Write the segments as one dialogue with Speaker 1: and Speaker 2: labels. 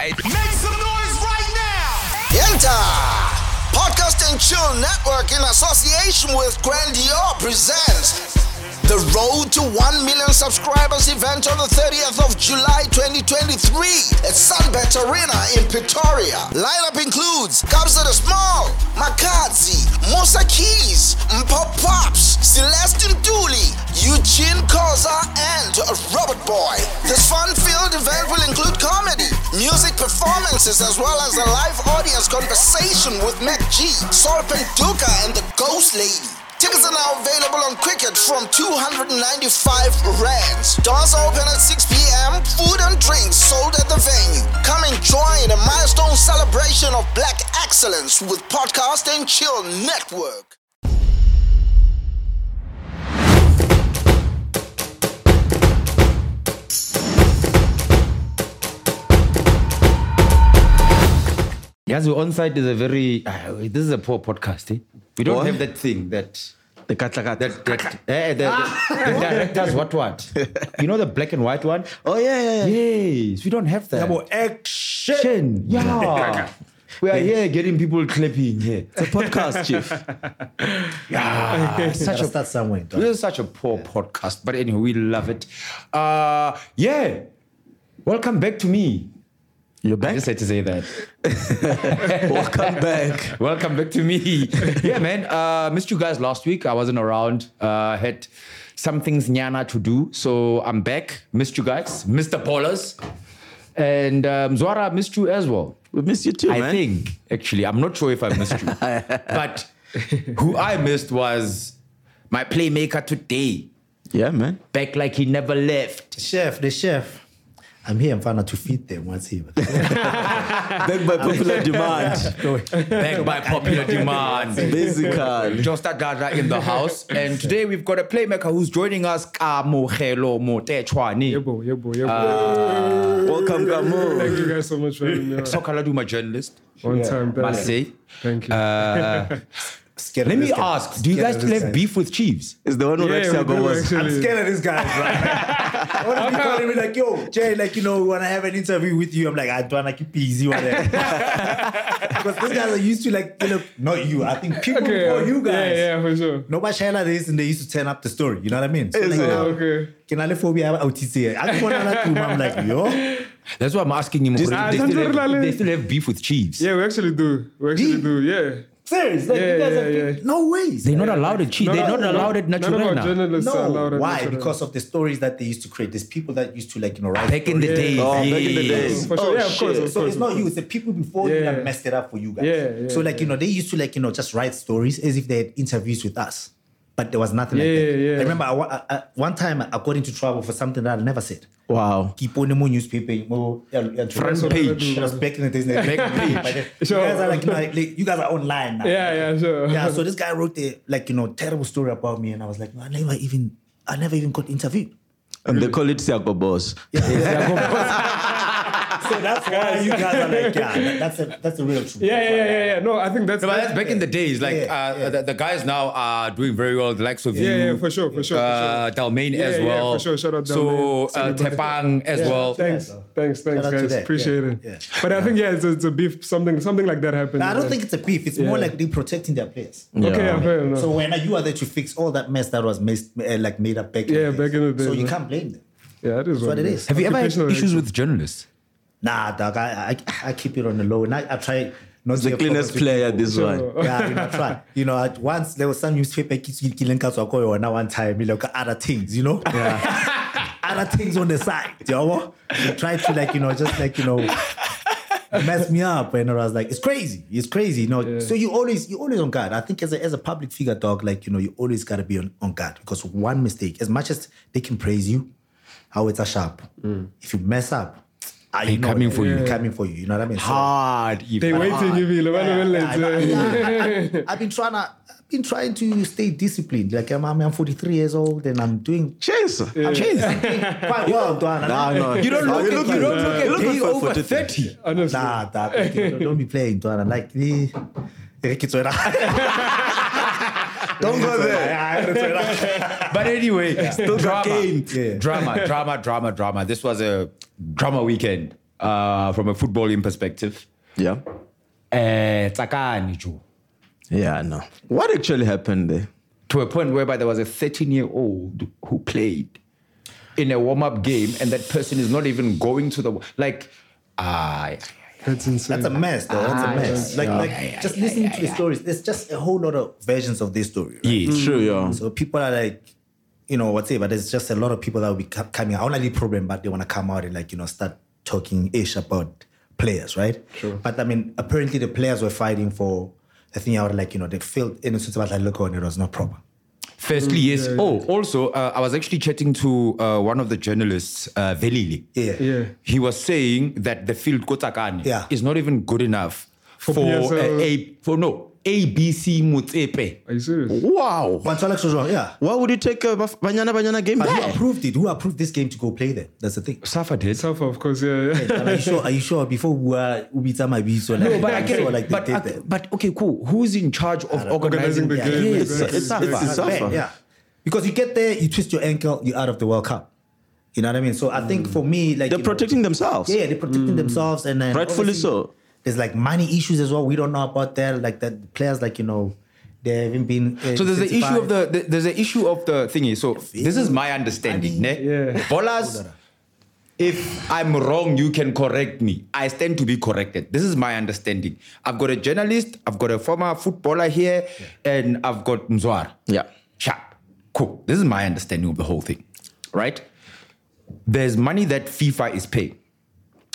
Speaker 1: Make some noise right now!
Speaker 2: Yenta! Podcast and Chill Network in association with Grandior presents the Road to 1 Million Subscribers event on the 30th of July 2023 at Sunbet Arena in Pretoria. Lineup includes Kabza the Small, Makazi, Musa Keys, Mpop Pops, Celestine Dooley, Eugene Koza, and Robert Boy. This fun-filled event will include comedy, music performances, as well as a live audience conversation with Mac G, Sorpen Duka, and the Ghost Lady. Tickets are now available on Cricket from 295 rands. Doors open at 6 p.m. Food and drinks sold at the venue. Come and join a milestone celebration of Black excellence with Podcast and Chill Network.
Speaker 3: Yes, we onsite is a very. ah, this is a poor podcast. eh? We don't have that thing that.
Speaker 4: The Katla Ah!
Speaker 3: That, that eh, the, the directors what what you know the black and white one
Speaker 4: Oh, yeah, yeah, yeah.
Speaker 3: yes we don't have that
Speaker 4: Double action.
Speaker 3: Shin, yeah we are here getting people clapping here
Speaker 4: The podcast, Chief.
Speaker 3: yeah such a
Speaker 5: start somewhere. dog.
Speaker 3: This is such a poor podcast, but anyway, we love it. Uh, yeah, welcome back to me.
Speaker 4: You're
Speaker 3: I
Speaker 4: back?
Speaker 3: just had to say that.
Speaker 4: Welcome back.
Speaker 3: Welcome back to me. yeah, man. Uh, missed you guys last week. I wasn't around. Uh, had some things nyana to do, so I'm back. Missed you guys, Mr. Paulus, and um, Zwara missed you as well.
Speaker 4: We missed you too,
Speaker 3: I
Speaker 4: man.
Speaker 3: think actually, I'm not sure if I missed you, but who I missed was my playmaker today.
Speaker 4: Yeah, man.
Speaker 3: Back like he never left.
Speaker 5: Chef, the chef. I'm here, I'm trying to feed them once here.
Speaker 4: Back by popular demand.
Speaker 3: back by popular demand.
Speaker 4: Basically.
Speaker 3: Josta Gaza in the house. And today we've got a playmaker who's joining us, Kamogelo Motechwani.
Speaker 6: Yebo, yebo, yebo.
Speaker 4: Welcome, Kamu.
Speaker 6: Thank you guys so much for having me on.
Speaker 3: Sokaladuma journalist.
Speaker 6: One time back.
Speaker 3: Marseille.
Speaker 6: Thank you.
Speaker 5: Scared
Speaker 3: Let
Speaker 5: of
Speaker 3: me
Speaker 5: this guy.
Speaker 3: ask, do you guys
Speaker 5: of
Speaker 3: still
Speaker 5: this
Speaker 3: have
Speaker 5: guy.
Speaker 3: beef with Chiefs?
Speaker 4: It's the one who writes
Speaker 6: yeah, we
Speaker 4: Yabo
Speaker 6: do
Speaker 4: was.
Speaker 6: actually.
Speaker 5: Scared of this guy, right? What if you calling me like, yo, Jay, like, you know, we want to have an interview with you? I'm like, I don't want to keep it easy on that. Because these guys are used to, like, you know, not you, I think people
Speaker 6: Okay,
Speaker 5: before you guys.
Speaker 6: Yeah, yeah, for sure.
Speaker 5: Nobody share like this and they used to turn up the story. You know what I mean? So
Speaker 4: Is
Speaker 5: like,
Speaker 4: it?
Speaker 5: now,
Speaker 6: Ah, Okay.
Speaker 5: Can I let phobia out here? I just want to like, I'm like, yo.
Speaker 3: That's why I'm asking him. Just,
Speaker 6: Ah,
Speaker 3: they, still have,
Speaker 6: Sandro
Speaker 3: they still have beef with Chiefs.
Speaker 6: Yeah, we actually do. We actually do. Yeah.
Speaker 5: Serious? Like,
Speaker 6: Yeah,
Speaker 5: you guys
Speaker 6: yeah,
Speaker 5: are
Speaker 6: yeah.
Speaker 5: No ways.
Speaker 3: They're not allowed at Chiefs. They're
Speaker 6: None
Speaker 3: not
Speaker 6: of-
Speaker 3: allowed at
Speaker 6: None of our
Speaker 3: Naturena.
Speaker 6: journalists are allowed
Speaker 5: No,
Speaker 6: at
Speaker 5: why?
Speaker 6: Naturena.
Speaker 5: Because of the stories that they used to create. There's people that used to like you know write.
Speaker 3: Back in the
Speaker 5: stories.
Speaker 3: days.
Speaker 4: Oh, back in the
Speaker 3: yes.
Speaker 4: days.
Speaker 6: For sure.
Speaker 4: Oh,
Speaker 6: yeah, of course.
Speaker 4: shit.
Speaker 6: Of
Speaker 5: So
Speaker 6: course.
Speaker 5: it's not you. It's the people before you
Speaker 6: Yeah.
Speaker 5: that messed it up for you guys.
Speaker 6: Yeah, yeah,
Speaker 5: so like you know they used to like you know just write stories as if they had interviews with us, but there was nothing like
Speaker 6: Yeah,
Speaker 5: that.
Speaker 6: yeah.
Speaker 5: I remember I, wa- I, I, one time I got into trouble for something that I never said.
Speaker 4: Wow.
Speaker 5: Keep on the more newspaper. you know, yeah, yeah,
Speaker 3: Front
Speaker 5: so-
Speaker 3: page.
Speaker 5: It was back in the days. Back page. You
Speaker 6: Sure.
Speaker 5: guys are like, you know, like you guys are online now.
Speaker 6: Yeah, yeah, sure.
Speaker 5: yeah, so this guy wrote the like you know terrible story about me, and I was like, I never even, I never even got interviewed.
Speaker 4: And they call it Siako Boss.
Speaker 5: So that's why you guys are like, yeah, that- that's a that's a real truth.
Speaker 6: Yeah, yeah, yeah, yeah, yeah. No, I think that's.
Speaker 3: But that's back in the days. Like
Speaker 5: Yeah,
Speaker 3: uh,
Speaker 5: yeah.
Speaker 3: The, the guys now are doing very well. The likes of you,
Speaker 6: Yeah, yeah, for sure, for sure, for
Speaker 3: mm, uh, Dalmain
Speaker 6: Yeah,
Speaker 3: as
Speaker 6: yeah,
Speaker 3: well.
Speaker 6: for sure. Shout out
Speaker 3: so
Speaker 6: Dalmain.
Speaker 3: uh, Tepang as well.
Speaker 6: Thanks,
Speaker 5: Yeah,
Speaker 6: thanks,
Speaker 5: Shout
Speaker 6: thanks,
Speaker 5: out to
Speaker 6: guys.
Speaker 5: that.
Speaker 6: Appreciate
Speaker 5: Yeah,
Speaker 6: it.
Speaker 5: yeah.
Speaker 6: But I think yeah, it's, it's a beef. Something, something like that happened.
Speaker 5: Nah, I don't
Speaker 6: Like-
Speaker 5: think it's a beef. It's more like they protecting their players.
Speaker 6: Okay,
Speaker 4: Yeah.
Speaker 6: yeah, fair enough.
Speaker 5: So when you are there to fix all that mess that was messed, uh, like made up back.
Speaker 6: Yeah,
Speaker 5: in the
Speaker 6: back
Speaker 5: days.
Speaker 6: in the
Speaker 5: So
Speaker 6: days,
Speaker 5: you
Speaker 6: man.
Speaker 5: can't blame them.
Speaker 6: yeah, it is.
Speaker 5: what it
Speaker 6: it
Speaker 5: is.
Speaker 6: is.
Speaker 3: Have you ever had
Speaker 6: Occupational
Speaker 3: issues
Speaker 6: racism.
Speaker 3: with journalists?
Speaker 5: Nah, dog, I I, I keep it on the low, and I, I try. Not to
Speaker 4: The
Speaker 5: be a
Speaker 4: cleanest
Speaker 5: problem to
Speaker 4: player,
Speaker 5: people.
Speaker 4: this one.
Speaker 5: yeah, you know, try. You know, at once there was some newspaper kids killing cats or now one time, you look at other things, you know? other things on the side, you know? what? They try to like, you know, just like, you know, mess me up. And I was like, it's crazy. It's crazy. You know, so you always you always on guard. I think as a as a public figure, dog, like, you know, you always gotta be on, on guard because one mistake, as much as they can praise you, how it's a sharp. If you mess up, are you know,
Speaker 3: coming for you.
Speaker 5: they're coming for you. You know what I mean? So-
Speaker 3: Hard.
Speaker 6: They waiting, you feel.
Speaker 5: yeah,
Speaker 6: Well,
Speaker 5: yeah,
Speaker 6: well,
Speaker 5: I-
Speaker 6: it's, uh,
Speaker 5: yeah, I- I've been trying to. I've been trying to stay disciplined. Like I'm, I'm 43 years old and I'm doing
Speaker 4: Chase.
Speaker 5: I'm doing quite well, Dwana.
Speaker 4: Nah, no.
Speaker 3: You don't look, at,
Speaker 4: You
Speaker 3: you don't
Speaker 4: good.
Speaker 3: look
Speaker 4: You
Speaker 3: at
Speaker 4: look
Speaker 3: day
Speaker 4: good for
Speaker 3: over
Speaker 4: 42.
Speaker 3: 30.
Speaker 6: Honestly.
Speaker 5: nah, nah, don't, don't be playing, Dwana. Like eh. the. Don't go there.
Speaker 3: But anyway, drama,
Speaker 5: Yeah.
Speaker 3: drama, drama, drama, drama. This was a drama weekend. uh, from a footballing perspective.
Speaker 4: Yeah.
Speaker 3: Eh, Tsakani, Joe.
Speaker 4: Yeah, no. What actually happened there?
Speaker 3: to a point whereby there was a 13 year old who played in a warm up game, and that person is not even going to the like. I
Speaker 6: That's insane.
Speaker 5: That's a mess, though. That's a mess. Like, like just listening to the stories, there's just a whole lot of versions of this story. Right?
Speaker 3: yeah.
Speaker 4: True, yeah.
Speaker 5: So people are like, you know, whatever. There's just a lot of people that will be co- coming out. Only problem, but they want to come out and like, you know, start talking ish about players, right? Sure. But I mean, apparently the players were fighting for the thing out, like, you know, they felt innocent about like, look on, it was not proper.
Speaker 3: Firstly, yes. Oh, also, uh, I was actually chatting to uh, one of the journalists, uh, Velili.
Speaker 5: Yeah.
Speaker 6: yeah.
Speaker 3: He was saying that the field Kotakane
Speaker 5: Yeah.
Speaker 3: is not even good enough for,
Speaker 6: PSL.
Speaker 3: uh, a for no ABC Mutsepe.
Speaker 6: Are you serious?
Speaker 3: Wow.
Speaker 5: But Alex was wrong, yeah.
Speaker 4: Why would you take a Baf- Banyana Banyana game
Speaker 5: But who
Speaker 4: back?
Speaker 5: approved it? Who approved this game to go play there? That's the thing.
Speaker 3: Safa did.
Speaker 6: Tough, of course. Yeah. yeah.
Speaker 5: Are you sure? Are you sure? Before we were Ubita might be so like,
Speaker 3: No, but I
Speaker 5: I'm
Speaker 3: get
Speaker 5: sure,
Speaker 3: it.
Speaker 5: like
Speaker 3: but,
Speaker 5: they
Speaker 3: I-
Speaker 5: did that.
Speaker 3: but okay, cool. Who's in charge of
Speaker 6: Organizing
Speaker 3: organizing,
Speaker 6: the
Speaker 3: that?
Speaker 6: game.
Speaker 3: Yes.
Speaker 6: exactly.
Speaker 4: it's Safa.
Speaker 5: It's
Speaker 4: It's
Speaker 5: bad,
Speaker 4: Safa.
Speaker 5: Yeah. Because you get there, you twist your ankle, you're out of the World Cup. You know what I mean? So I think for me, like
Speaker 4: They're
Speaker 5: you know,
Speaker 4: protecting themselves.
Speaker 5: Yeah, they're
Speaker 3: Mm.
Speaker 5: protecting themselves and then
Speaker 4: Rightfully
Speaker 5: obviously
Speaker 4: so.
Speaker 5: There's like money issues as well. We don't know about that. Like that players, like you know, they haven't been. uh,
Speaker 3: So there's the issue of
Speaker 5: incentivized.
Speaker 3: the, the there's the issue of the thingy. So this is my understanding. ne?
Speaker 6: yeah.
Speaker 3: Bowlers, if I'm wrong, you can correct me. I stand to be corrected. This is my understanding. I've got a journalist, I've got a former footballer here, and I've got Mzwar.
Speaker 4: Yeah.
Speaker 3: Sharp. Cool. This is my understanding of the whole thing. Right? There's money that FIFA is paying.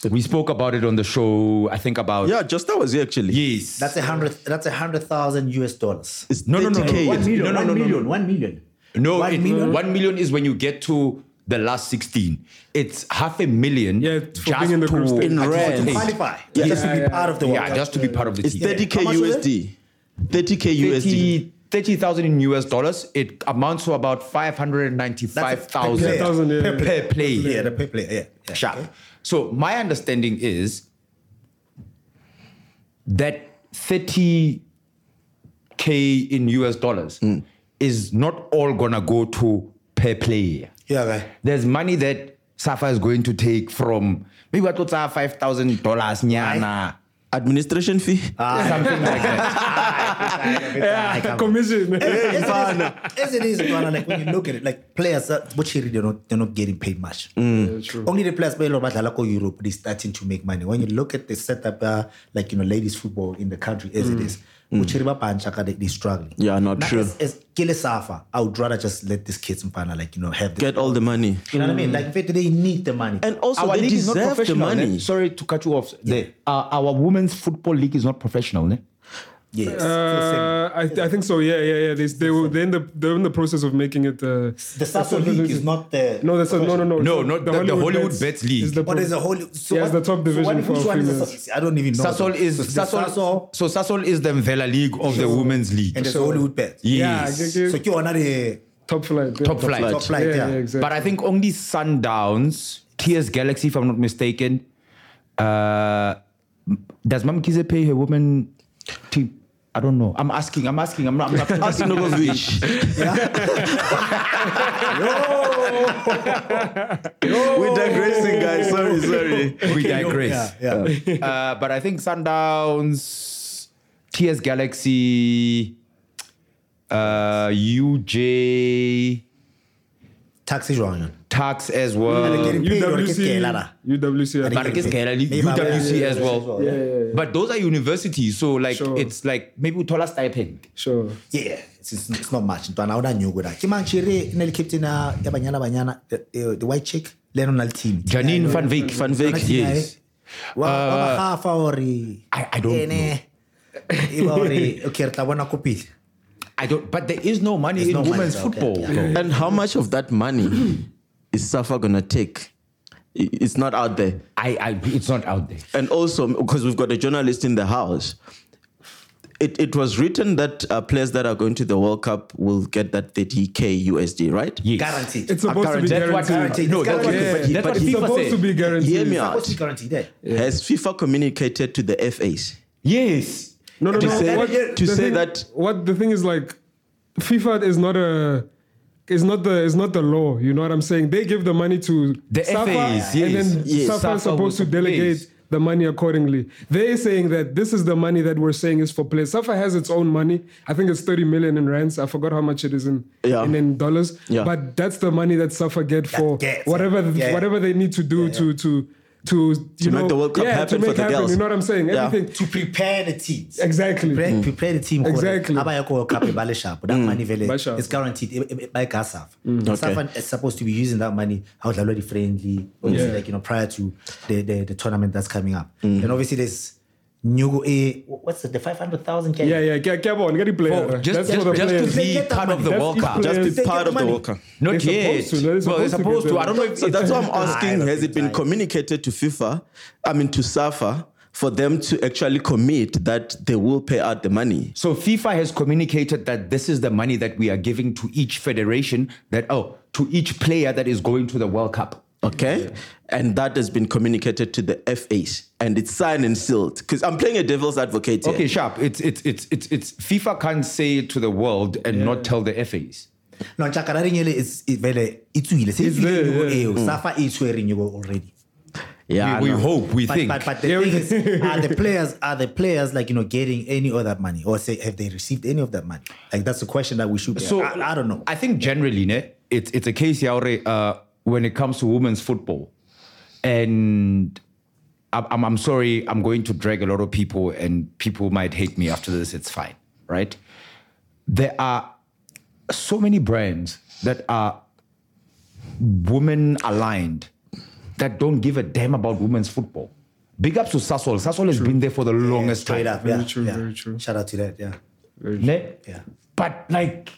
Speaker 3: We spoke about it on the show, I think about
Speaker 4: Yeah, just that was here actually.
Speaker 3: yes.
Speaker 5: that's a hundred. That's a hundred thousand US dollars.
Speaker 4: It's
Speaker 3: No, no, no, no.
Speaker 4: 30K.
Speaker 3: One
Speaker 4: It's-
Speaker 3: million, one million,
Speaker 5: one million.
Speaker 3: No,
Speaker 5: One
Speaker 3: it-
Speaker 5: million?
Speaker 3: one million is when you get to the last 16. It's half a million.
Speaker 6: Yeah, for being in the group stage.
Speaker 4: In
Speaker 5: To
Speaker 4: rands. Eight.
Speaker 3: participate.
Speaker 5: qualify, yeah, just to be part of the World
Speaker 3: Yeah,
Speaker 5: Cup.
Speaker 3: just to be part of the
Speaker 4: It's
Speaker 3: team.
Speaker 4: 30K
Speaker 5: How much was it?
Speaker 4: USD. 30K USD.
Speaker 3: 30 30,000 in US dollars. It amounts to about 595,000
Speaker 5: That's
Speaker 6: per player.
Speaker 3: per player.
Speaker 5: yeah, the pay player. Yeah, yeah.
Speaker 3: Sharp. So my understanding is that 30k in US dollars
Speaker 4: Hmm.
Speaker 3: is not all gonna go to per player.
Speaker 5: Yeah, right.
Speaker 3: there's money that Safa is going to take from maybe what what's our five thousand dollars nyana
Speaker 4: Administration fee.
Speaker 3: Ah. something like that.
Speaker 6: yeah. Commission.
Speaker 5: As it is- as it is, Ghana, like when you look at it, like players, uh, but really they're not they're not getting paid
Speaker 4: Mm.
Speaker 5: much. Only the players pay a lot, but like all Europe, they're starting to make money. When you look at the setup, uh, like you know, ladies football in the country as it is, Uchiriba Panchaka, they, they're struggling.
Speaker 4: Mm. Yeah, not
Speaker 5: Now,
Speaker 4: true.
Speaker 5: As, as Kile Safa, I would rather just let these kids in Pana, like you know, have the,
Speaker 4: Get all the money.
Speaker 5: you know what I mean. Like in fact, they need the money.
Speaker 4: And also, they
Speaker 3: league is not
Speaker 4: deserve the
Speaker 3: professional, eh?
Speaker 4: money.
Speaker 3: ne? Sorry to cut you off. There. Uh, our women's football league is not professional. eh? Ne?
Speaker 5: yes,
Speaker 6: Uh, I, I think so. Yeah, yeah, yeah. They, they were they're in the they're in the process of making it. Uh,
Speaker 5: the Sasso League is not the
Speaker 6: no, that's a, no, no, no.
Speaker 3: No,
Speaker 6: It's
Speaker 3: not the- the Hollywood Bets League.
Speaker 6: is the
Speaker 5: But
Speaker 6: pro-
Speaker 5: there's a whole. So
Speaker 6: Yeah, it's the top division
Speaker 5: So what,
Speaker 6: for
Speaker 5: which one is the,
Speaker 6: females.
Speaker 5: Sasso- I don't even know.
Speaker 3: Sasol is
Speaker 5: So there's
Speaker 3: Sasol,
Speaker 5: Sasso
Speaker 3: so Sasol is the Mvela League of the women's league.
Speaker 5: and there's Hollywood Bet.
Speaker 6: yeah,
Speaker 3: yes.
Speaker 6: yeah, yeah.
Speaker 5: So you are not a
Speaker 6: top flight. yeah.
Speaker 3: top flight.
Speaker 5: top flight,
Speaker 6: Yeah,
Speaker 5: yeah.
Speaker 6: yeah, exactly.
Speaker 3: But I think only Sundowns, TS Galaxy, if I'm not mistaken. Uh, does Mam Kize pay her women team? I don't know. I'm asking. I'm asking. I'm not. I'm not
Speaker 4: Ask Nogovic.
Speaker 3: eh?
Speaker 4: We're digressing, guys. Sorry, sorry.
Speaker 3: we digress.
Speaker 5: Yeah, yeah.
Speaker 3: Uh, but I think Sundowns, TS Galaxy, uh, UJ,
Speaker 5: Taxi Joanna.
Speaker 3: Tax as
Speaker 6: Uh,
Speaker 3: well.
Speaker 5: Getting paid or get
Speaker 6: UWC,
Speaker 5: paid, Lara.
Speaker 6: UWC. I
Speaker 3: But I
Speaker 6: think.
Speaker 3: guess Kerala,
Speaker 5: Maybe I'm-
Speaker 3: UWC
Speaker 5: yeah,
Speaker 3: as
Speaker 5: yeah,
Speaker 3: well.
Speaker 5: yeah,
Speaker 3: But those are universities, so like
Speaker 6: Sure.
Speaker 3: it's like maybe Utola stipend.
Speaker 6: Sure.
Speaker 5: Yeah, it's, it's, it's not much. Ntwana una nyuku da. Kimanchiri ineli captain uh, ya banyana banyana the, the, the white chick leno na team.
Speaker 3: Janine Van Wyk.
Speaker 4: Van Wyk, yes.
Speaker 5: Wa wa hafa ori.
Speaker 3: I- I Uh, don't
Speaker 5: Iba ori e okay tla bona kopile.
Speaker 3: I don't. But there is no money
Speaker 5: There's
Speaker 3: in
Speaker 5: no money,
Speaker 3: women's
Speaker 5: okay,
Speaker 3: football.
Speaker 5: yeah.
Speaker 4: And how much of that money is Safa gonna take? I- It's not out there.
Speaker 3: I, I, it's not out there.
Speaker 4: And also, because we've got a journalist in the house, it, it was written that uh, players that are going to the World Cup will get that 30K USD, right?
Speaker 3: Yes.
Speaker 5: Guaranteed.
Speaker 6: It's supposed to be
Speaker 3: That's what,
Speaker 6: guaranteed.
Speaker 3: no,
Speaker 5: It's
Speaker 3: that's what,
Speaker 5: guaranteed.
Speaker 3: but he-
Speaker 4: Yeah.
Speaker 3: that's what
Speaker 4: But he's
Speaker 3: FIFA
Speaker 6: supposed
Speaker 3: said.
Speaker 6: to be
Speaker 4: Hear me
Speaker 6: guaranteed.
Speaker 4: out.
Speaker 5: What's guaranteed there?
Speaker 4: Has FIFA communicated to the FAs?
Speaker 3: Yes.
Speaker 6: No, no,
Speaker 4: To
Speaker 6: no.
Speaker 4: say-
Speaker 6: what,
Speaker 4: to say
Speaker 6: the thing-
Speaker 4: that-
Speaker 6: what the thing is like, FIFA is not a It's not the it's not the law. You know what I'm saying? They give the money to
Speaker 3: The
Speaker 6: SAFA,
Speaker 3: FAs,
Speaker 6: and
Speaker 3: yes,
Speaker 6: then
Speaker 4: yes.
Speaker 6: SAFA,
Speaker 3: SAFA
Speaker 6: is supposed to
Speaker 3: would-
Speaker 6: delegate
Speaker 3: yes.
Speaker 6: the money accordingly. They're saying that this is the money that we're saying is for players. SAFA has its own money. I think it's 30 million in rands. I forgot how much it is in
Speaker 4: Yeah.
Speaker 6: in, in dollars.
Speaker 4: Yeah.
Speaker 6: But that's the money that SAFA get for
Speaker 5: gets it.
Speaker 6: whatever
Speaker 5: Yeah.
Speaker 6: whatever they need to do to to to you
Speaker 4: make
Speaker 6: know,
Speaker 4: the World Cup
Speaker 6: yeah,
Speaker 4: happen
Speaker 6: to make
Speaker 4: for the
Speaker 6: happen,
Speaker 4: girls.
Speaker 6: You know what I'm saying?
Speaker 4: Yeah.
Speaker 6: Everything.
Speaker 5: to prepare the teams.
Speaker 6: Exactly.
Speaker 5: Prepare, prepare the team. gore
Speaker 6: Mm. Exactly. Mm.
Speaker 5: abayakho World Cup ebale sharp. That money vele
Speaker 6: Ba sharp.
Speaker 5: is guaranteed e- e- e- by GASAF.
Speaker 6: Mm.
Speaker 4: Okay.
Speaker 5: SAFA is supposed to be using that money out already friendly, obviously, like you know, prior to the, the, the tournament that's coming up.
Speaker 6: Mm.
Speaker 5: And obviously there's new eh, what's the, the 500,000
Speaker 6: Yeah, yeah. Ke- ke a bona ka di-player.
Speaker 3: Oh, just
Speaker 6: That's
Speaker 3: just,
Speaker 6: for the
Speaker 3: just
Speaker 6: players.
Speaker 3: to be
Speaker 5: They get that
Speaker 3: part of
Speaker 5: money.
Speaker 3: the
Speaker 6: That's
Speaker 3: World
Speaker 6: if
Speaker 3: Cup.
Speaker 6: players-
Speaker 4: Just be
Speaker 5: They get
Speaker 4: part
Speaker 5: the
Speaker 4: of the
Speaker 5: money.
Speaker 4: World Cup.
Speaker 3: Not
Speaker 6: They're
Speaker 3: yet.
Speaker 6: supposed to. They're
Speaker 3: well, they're
Speaker 6: supposed
Speaker 3: supposed
Speaker 6: to
Speaker 3: to.
Speaker 6: get
Speaker 3: I don't know if
Speaker 4: So
Speaker 3: it's-
Speaker 4: that's why I'm
Speaker 5: I
Speaker 4: asking:
Speaker 5: don't
Speaker 4: Has it
Speaker 5: think
Speaker 4: been
Speaker 5: I-
Speaker 4: communicated to FIFA? I mean, to SAFA, for them to actually commit that they will pay out the money.
Speaker 3: So FIFA has communicated that this is the money that we are giving to each federation that oh to each player that is going to the World Cup.
Speaker 4: Okay, and that has been communicated to the FAs, and it's signed and sealed. Because I'm playing a devil's advocate. Here.
Speaker 3: Okay, sharp. It's it's it's it's it's FIFA can't say it to the world and not tell the FAs.
Speaker 5: No, Chakarari Nyele eh, is it vele itswile. Se
Speaker 6: It's
Speaker 5: itswile
Speaker 6: there,
Speaker 5: nyugo
Speaker 6: yeah. Mm.
Speaker 5: eo. SAFA is swearing you already.
Speaker 4: yeah, I
Speaker 3: we
Speaker 4: know.
Speaker 3: hope, we
Speaker 5: But,
Speaker 3: think.
Speaker 5: but but the
Speaker 6: Yeah, we-
Speaker 5: thing is, are the players are the players like you know getting any of that money, or say have they received any of that money? Like that's a question that we should.
Speaker 3: so
Speaker 5: So I, I don't know.
Speaker 3: I think generally, ne, it's it's a case yeah, already, uh, when it comes to women's football, and I'm, I'm I'm sorry, I'm going to drag a lot of people, and people might hate me after this. It's fine, right? There are so many brands that are women aligned that don't give a damn about women's football. Big ups to Sasol. Sasol has been there for the longest
Speaker 5: Straight
Speaker 3: time.
Speaker 5: up,
Speaker 6: Very
Speaker 5: yeah,
Speaker 6: true,
Speaker 5: yeah.
Speaker 6: very true.
Speaker 5: Shout out to that, yeah.
Speaker 3: ne?
Speaker 5: Yeah.
Speaker 3: But like,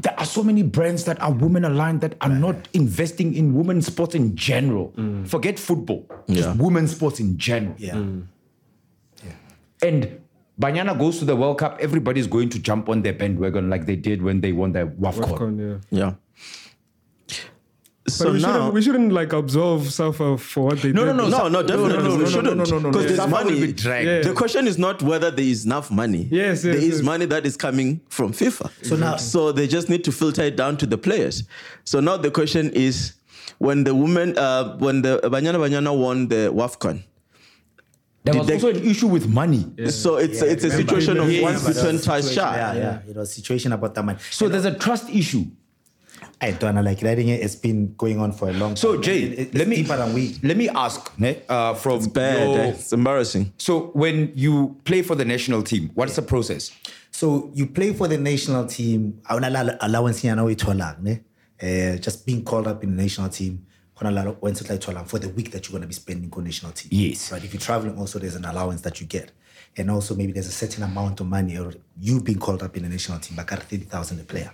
Speaker 3: there are so many brands that are women aligned that are not investing in women's sports in general. Forget football,
Speaker 4: Mm. Yeah.
Speaker 3: just women's sports in general.
Speaker 5: Yeah.
Speaker 6: Hmm.
Speaker 3: And Banyana goes to the World Cup, everybody's going to jump on their bandwagon like they did when they won the WAFCON.
Speaker 6: Popcorn, yeah.
Speaker 4: Yeah.
Speaker 6: But
Speaker 4: So
Speaker 6: we,
Speaker 4: now
Speaker 6: shouldn't, we shouldn't like absolve Safa for what they
Speaker 3: No,
Speaker 6: did.
Speaker 3: no,
Speaker 4: No, no, definitely
Speaker 3: no, no, no,
Speaker 4: we
Speaker 3: no,
Speaker 4: shouldn't.
Speaker 3: no, no, no, no.
Speaker 4: Because there's
Speaker 3: Someone will
Speaker 4: money.
Speaker 3: be dragged.
Speaker 6: Yeah.
Speaker 4: The question is not whether there is enough money.
Speaker 6: Yes, yes,
Speaker 4: there is
Speaker 6: yes.
Speaker 4: money that is coming from FIFA.
Speaker 5: So now-
Speaker 4: so they just need to filter it down to the players. So now the question is, when the women, uh, when the Banyana Banyana won the WAFCON,
Speaker 3: There
Speaker 4: Did
Speaker 3: was
Speaker 4: they-
Speaker 3: also an issue with money.
Speaker 4: so it's it's a
Speaker 5: remember.
Speaker 4: situation of
Speaker 5: Yeah,
Speaker 4: one
Speaker 5: yeah,
Speaker 4: bitten twice
Speaker 5: Yeah,
Speaker 4: shy.
Speaker 5: yeah, It was situation about that money.
Speaker 3: So there's a trust issue.
Speaker 5: I don't know, like writing it. It's been going on for a long.
Speaker 3: So
Speaker 5: time.
Speaker 3: Jay,
Speaker 5: It- it's
Speaker 3: let me
Speaker 5: deeper than we.
Speaker 3: let me ask ne, uh, from
Speaker 4: It's bad.
Speaker 3: your-
Speaker 4: eh? It's embarrassing.
Speaker 3: So when you play for the national team, what's the process?
Speaker 5: So you play for the national team. awunala- Allowance here, ne? Uh, just being called up in the national team. khonalala wenzetla itholang For the week that you're going to be spending on national team.
Speaker 3: Yes.
Speaker 5: Right. If you're traveling, also there's an allowance that you get, and also maybe there's a certain amount of money or you being called up in the national team, like thirty thousand a player.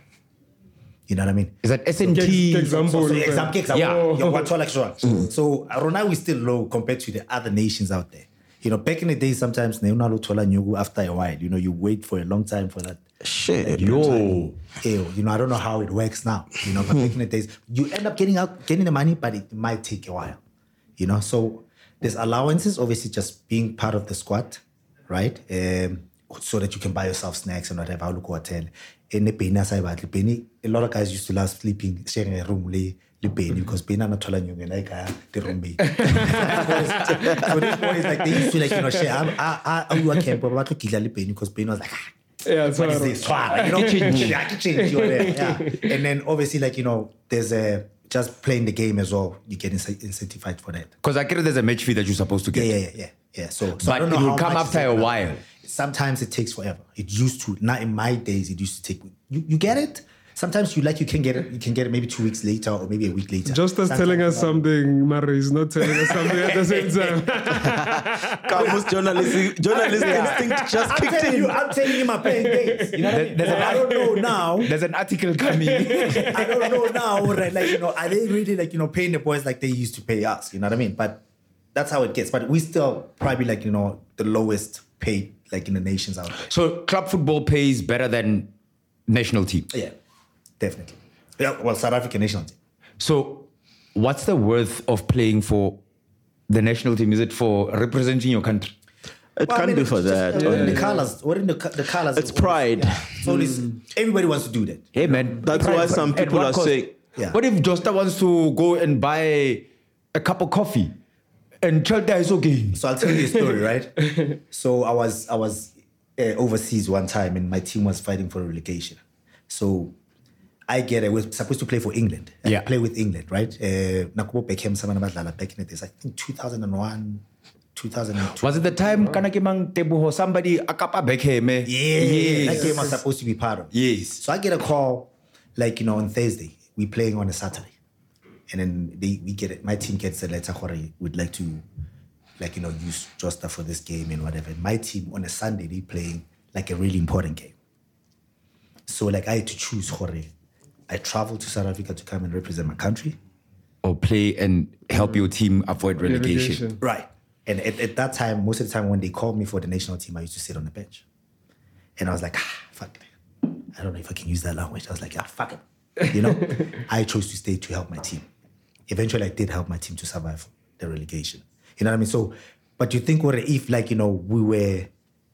Speaker 5: You know what I mean?
Speaker 3: Is that
Speaker 6: Ke- ke
Speaker 3: SNT?
Speaker 6: example.
Speaker 5: So, so exam- ke exam-
Speaker 3: Yeah.
Speaker 5: your control actual. So uh, Rona is still low compared to the other nations out there. You know, back in the day, sometimes ne unaluthola nyugu after a while. You know, you wait for a long time for that.
Speaker 4: Shit.
Speaker 3: Yo.
Speaker 5: Ew, you know, I don't know how it works now. You know, but back in the days, you end up getting out, getting the money, but it might take a while. You know, so there's allowances, obviously, just being part of the squad, right? Um, so that you can buy yourself snacks and whatever. Look hotel. And the penny aside, but penny, a lot of guys used to love sleeping, sharing a room, le le penny because penny not telling you like uh, the room be. so these boys like they used to like you know share. I I I was camp, but what to kill le penny because penny was like. "Ah,
Speaker 6: Yeah, so
Speaker 5: what is this? Swara, you know, Yeah, I can change you there. Yeah. And then obviously, like, you know, there's a just playing the game as well. You get inci- incentivized for that.
Speaker 3: Because I get there's a match fee that you're supposed to
Speaker 5: Yeah,
Speaker 3: get.
Speaker 5: yeah, yeah, yeah. yeah. So, so
Speaker 3: But
Speaker 5: I don't
Speaker 3: it
Speaker 5: know
Speaker 3: will
Speaker 5: how
Speaker 3: come
Speaker 5: much
Speaker 3: after
Speaker 5: it's
Speaker 3: a
Speaker 5: gonna-
Speaker 3: while.
Speaker 5: Sometimes it takes forever. It used to. Not in my days. It used to take. You, you get it. Sometimes you like you can get it. You can get it maybe two weeks later or maybe a week later.
Speaker 6: Just as
Speaker 5: Sometimes-
Speaker 6: telling us something, Mara is not telling us something at the same time.
Speaker 4: Camus journalist journalist instinct just
Speaker 5: I'm
Speaker 4: kicked
Speaker 5: telling
Speaker 4: in.
Speaker 5: you, I'm telling him I'm playing games. You know what I mean?
Speaker 3: There's a-
Speaker 5: I don't know now.
Speaker 3: There's an article coming.
Speaker 5: I don't know now, right? Like, you know, are they really like, you know, paying the boys like they used to pay us? You know what I mean? But that's how it gets. But we still probably like, you know, the lowest paid like in the nations out there.
Speaker 3: so club football pays better than national team.
Speaker 5: Yeah, definitely. Yeah, well, South African national team.
Speaker 3: So what's the worth of playing for the national team? Is it for representing your country?
Speaker 4: It
Speaker 5: Well, I
Speaker 4: can't
Speaker 5: mean,
Speaker 4: be
Speaker 5: it's
Speaker 4: for
Speaker 5: just,
Speaker 4: that.
Speaker 5: uh,
Speaker 4: only.
Speaker 5: The colors. What in the, co- the colors?
Speaker 4: It's pride.
Speaker 5: It's always, everybody wants to do that.
Speaker 3: Hey man,
Speaker 4: That's
Speaker 3: pride,
Speaker 4: why
Speaker 3: but
Speaker 4: some
Speaker 3: at
Speaker 4: people
Speaker 3: what
Speaker 4: are
Speaker 3: cost?
Speaker 4: saying-
Speaker 5: Yeah.
Speaker 3: What if Josta wants to go and buy a cup of coffee and Chelta is okay?
Speaker 5: So I'll tell you a story, right? So I was I was uh, overseas one time, and my team was fighting for relegation. So I get it. We're supposed to play for England. I
Speaker 3: Yeah.
Speaker 5: play with England, right? Uh, Nakubo Beckham, someone about Lala back in the days. I think 2001, 2002.
Speaker 3: Was it the time Kanakimang Tebuho somebody akapa Beckham? eh?
Speaker 5: Yeah,
Speaker 3: Yes.
Speaker 5: that game I was supposed to be part of.
Speaker 3: Yes.
Speaker 5: So I get a call, like you know, on Thursday. We playing on a Saturday, and then they we get it. My team gets a letter. Hori would like to, like you know, use Josta for this game and whatever. And my team on a Sunday they playing like a really important game. So like I had to choose Hori. I travel to South Africa to come and represent my country.
Speaker 3: Or play and help your team avoid relegation.
Speaker 6: Irrigation.
Speaker 5: Right. And at, at that time, most of the time when they called me for the national team, I used to sit on the bench. And I was like, ah, fuck. it. I don't know if I can use that language. I was like, ah, fuck it. You know, I chose to stay to help my team. Eventually, I did help my team to survive the relegation. You know what I mean? So, but you think, what if, like, you know, we were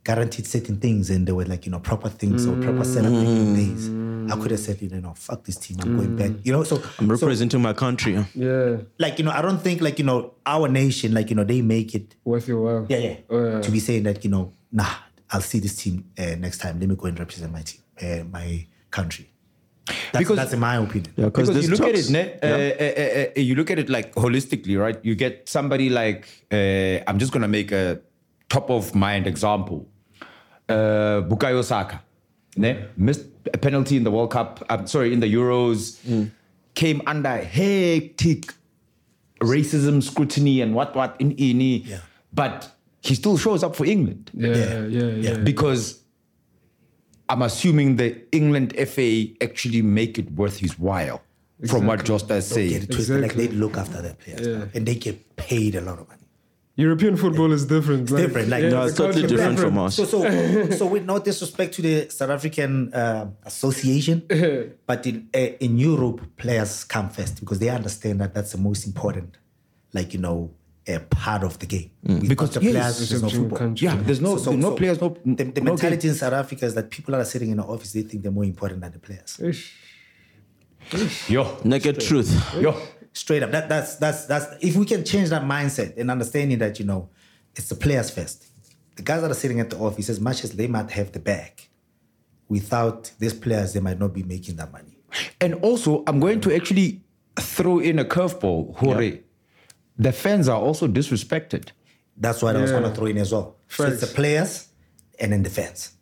Speaker 5: guaranteed certain things and there were, like, you know, proper things or proper celebrating days, I could have said, you know, fuck this team, I'm going back. You know, so
Speaker 4: I'm
Speaker 5: so-
Speaker 4: representing my country.
Speaker 6: Yeah,
Speaker 5: like you know, I don't think like you know our nation like you know they make it
Speaker 6: worth your while.
Speaker 5: yeah yeah
Speaker 6: Oh, yeah.
Speaker 5: to be saying that you know nah I'll see this team uh, next time let me go and represent my team uh, my country that's,
Speaker 3: Because-
Speaker 5: that's in my opinion
Speaker 4: Yeah,
Speaker 3: Because
Speaker 4: this
Speaker 3: you look at
Speaker 4: talks-
Speaker 3: it, ne? Uh, uh, uh, uh, you look at it like holistically, right? You get somebody like uh, I'm just gonna make a top of mind example, uh, Bukayo Saka, ne? Missed a penalty in the World Cup. I'm sorry, in the Euros,
Speaker 4: Mm.
Speaker 3: came under hectic racism scrutiny and what what in ini,
Speaker 5: Yeah.
Speaker 3: but he still shows up for England
Speaker 6: yeah, yeah,
Speaker 5: Yeah.
Speaker 6: yeah.
Speaker 5: Yeah.
Speaker 3: because I'm assuming the England FA actually make it worth his while, from what Josta is
Speaker 5: get
Speaker 3: saying.
Speaker 5: it twisted
Speaker 6: Exactly.
Speaker 5: like they look after their players
Speaker 6: Yeah.
Speaker 5: and they get paid a lot of money
Speaker 6: European football is different. Like,
Speaker 5: different, like, no,
Speaker 4: No,
Speaker 6: the
Speaker 4: it's totally
Speaker 6: culture
Speaker 4: different from us.
Speaker 5: so so so with no disrespect to the South African uh, association but in uh, in Europe players come first because they understand that that's the most important like you know uh, part of the game because the
Speaker 3: yes,
Speaker 5: players there's no
Speaker 6: Representing
Speaker 5: football
Speaker 6: country.
Speaker 3: Yeah, there's no no players, no
Speaker 5: the, the
Speaker 3: no
Speaker 5: mentality
Speaker 3: game.
Speaker 5: in South Africa is that people that are sitting in the office they think they're more important than the players.
Speaker 6: Ish.
Speaker 3: Yo,
Speaker 4: Naked truth.
Speaker 3: yo,
Speaker 5: Straight up, that, that's that's that's if we can change that mindset and understanding that you know it's the players first. The guys that are sitting at the office, as much as they might have the bag, without these players they might not be making that money.
Speaker 3: and also I'm going to actually throw in a curveball. Hore, the fans are also disrespected.
Speaker 5: That's what I was
Speaker 6: Yeah.
Speaker 5: gonna throw in as well. So it's the
Speaker 6: Facts.
Speaker 5: players and then the fans.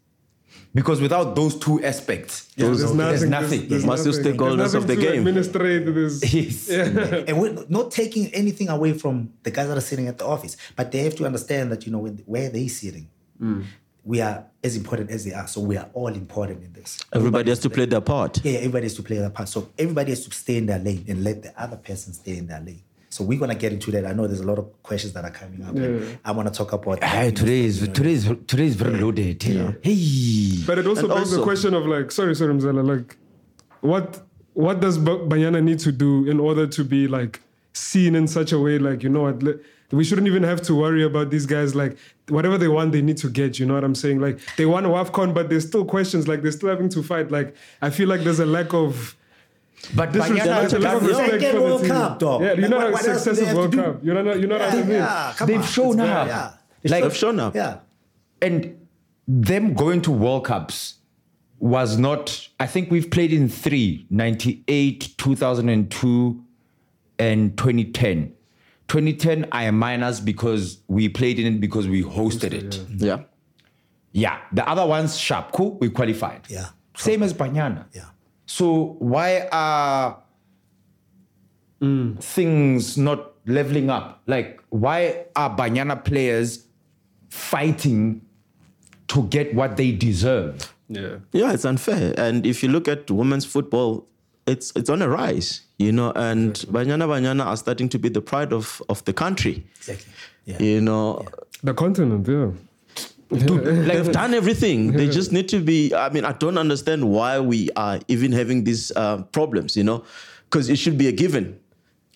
Speaker 3: Because without those two aspects,
Speaker 6: There's nothing.
Speaker 3: there's nothing.
Speaker 6: There's
Speaker 4: Massive
Speaker 6: nothing.
Speaker 4: stakeholders
Speaker 6: There's
Speaker 4: of
Speaker 6: nothing
Speaker 4: the
Speaker 6: to
Speaker 4: game.
Speaker 6: Administrate this.
Speaker 3: Yes.
Speaker 5: and we're not taking anything away from the guys that are sitting at the office, but they have to understand that you know when, where they're sitting,
Speaker 3: Mm.
Speaker 5: we are as important as they are. So we are all important in this.
Speaker 4: Everybody has to play their part.
Speaker 5: Yeah, yeah, everybody has to play their part. So everybody has to stay in their lane and let the other person stay in their lane. So we're gonna get into that. I know there's a lot of questions that are coming up. and I want to talk about. that,
Speaker 3: Mm. Hey,
Speaker 5: you know,
Speaker 3: today is
Speaker 5: you know,
Speaker 3: today is today is very loaded. Hey,
Speaker 6: But it also
Speaker 4: And
Speaker 6: begs the
Speaker 4: also-
Speaker 6: question of like, sorry, sorry, Mzala, like, what what does ba- Banyana need to do in order to be like seen in such a way, like you know what? le- We shouldn't even have to worry about these guys. Like whatever they want, they need to get. You know what I'm saying? Like they want WAFCON, but there's still questions. Like they're still having to fight. Like I feel like there's a lack of
Speaker 3: but
Speaker 6: this
Speaker 3: Banyana-
Speaker 6: respect, a lack of
Speaker 5: It's like
Speaker 6: respect
Speaker 5: a
Speaker 6: for the
Speaker 5: World
Speaker 6: team.
Speaker 5: Cup, dog.
Speaker 6: Yeah, you
Speaker 5: Like,
Speaker 6: know
Speaker 5: what-
Speaker 6: how
Speaker 5: what else do they
Speaker 6: successive
Speaker 5: have to
Speaker 6: World
Speaker 5: do?
Speaker 6: Cup. You know, what- you know what I
Speaker 5: Yeah,
Speaker 6: mean?
Speaker 5: yeah, come
Speaker 3: They've
Speaker 5: on.
Speaker 3: shown
Speaker 5: It's very-
Speaker 3: up.
Speaker 5: yeah.
Speaker 3: Like-
Speaker 4: They've shown up.
Speaker 5: Yeah.
Speaker 3: and them going to World Cups was not. I think we've played in three: 98, 2002, and 2010. 2010, I am minus because we played in it because we hosted it. Yeah.
Speaker 4: Yeah.
Speaker 3: The other ones, sharp, cool, we qualified.
Speaker 5: Yeah.
Speaker 3: Same as Banyana.
Speaker 5: Yeah.
Speaker 3: So why are things not leveling up? Like why are Banyana players fighting to get what they deserve?
Speaker 6: Yeah.
Speaker 4: Yeah, it's unfair. And if you look at women's football, it's it's on a rise, you know, and Banyana Banyana are starting to be the pride of, of the country.
Speaker 5: Exactly. Yeah.
Speaker 4: You know,
Speaker 6: The continent. Yeah.
Speaker 3: Dude,
Speaker 4: they've
Speaker 3: like
Speaker 4: done everything. They just need to be. I mean, I don't understand why we are even having these uh, problems, you know, because it should be a given.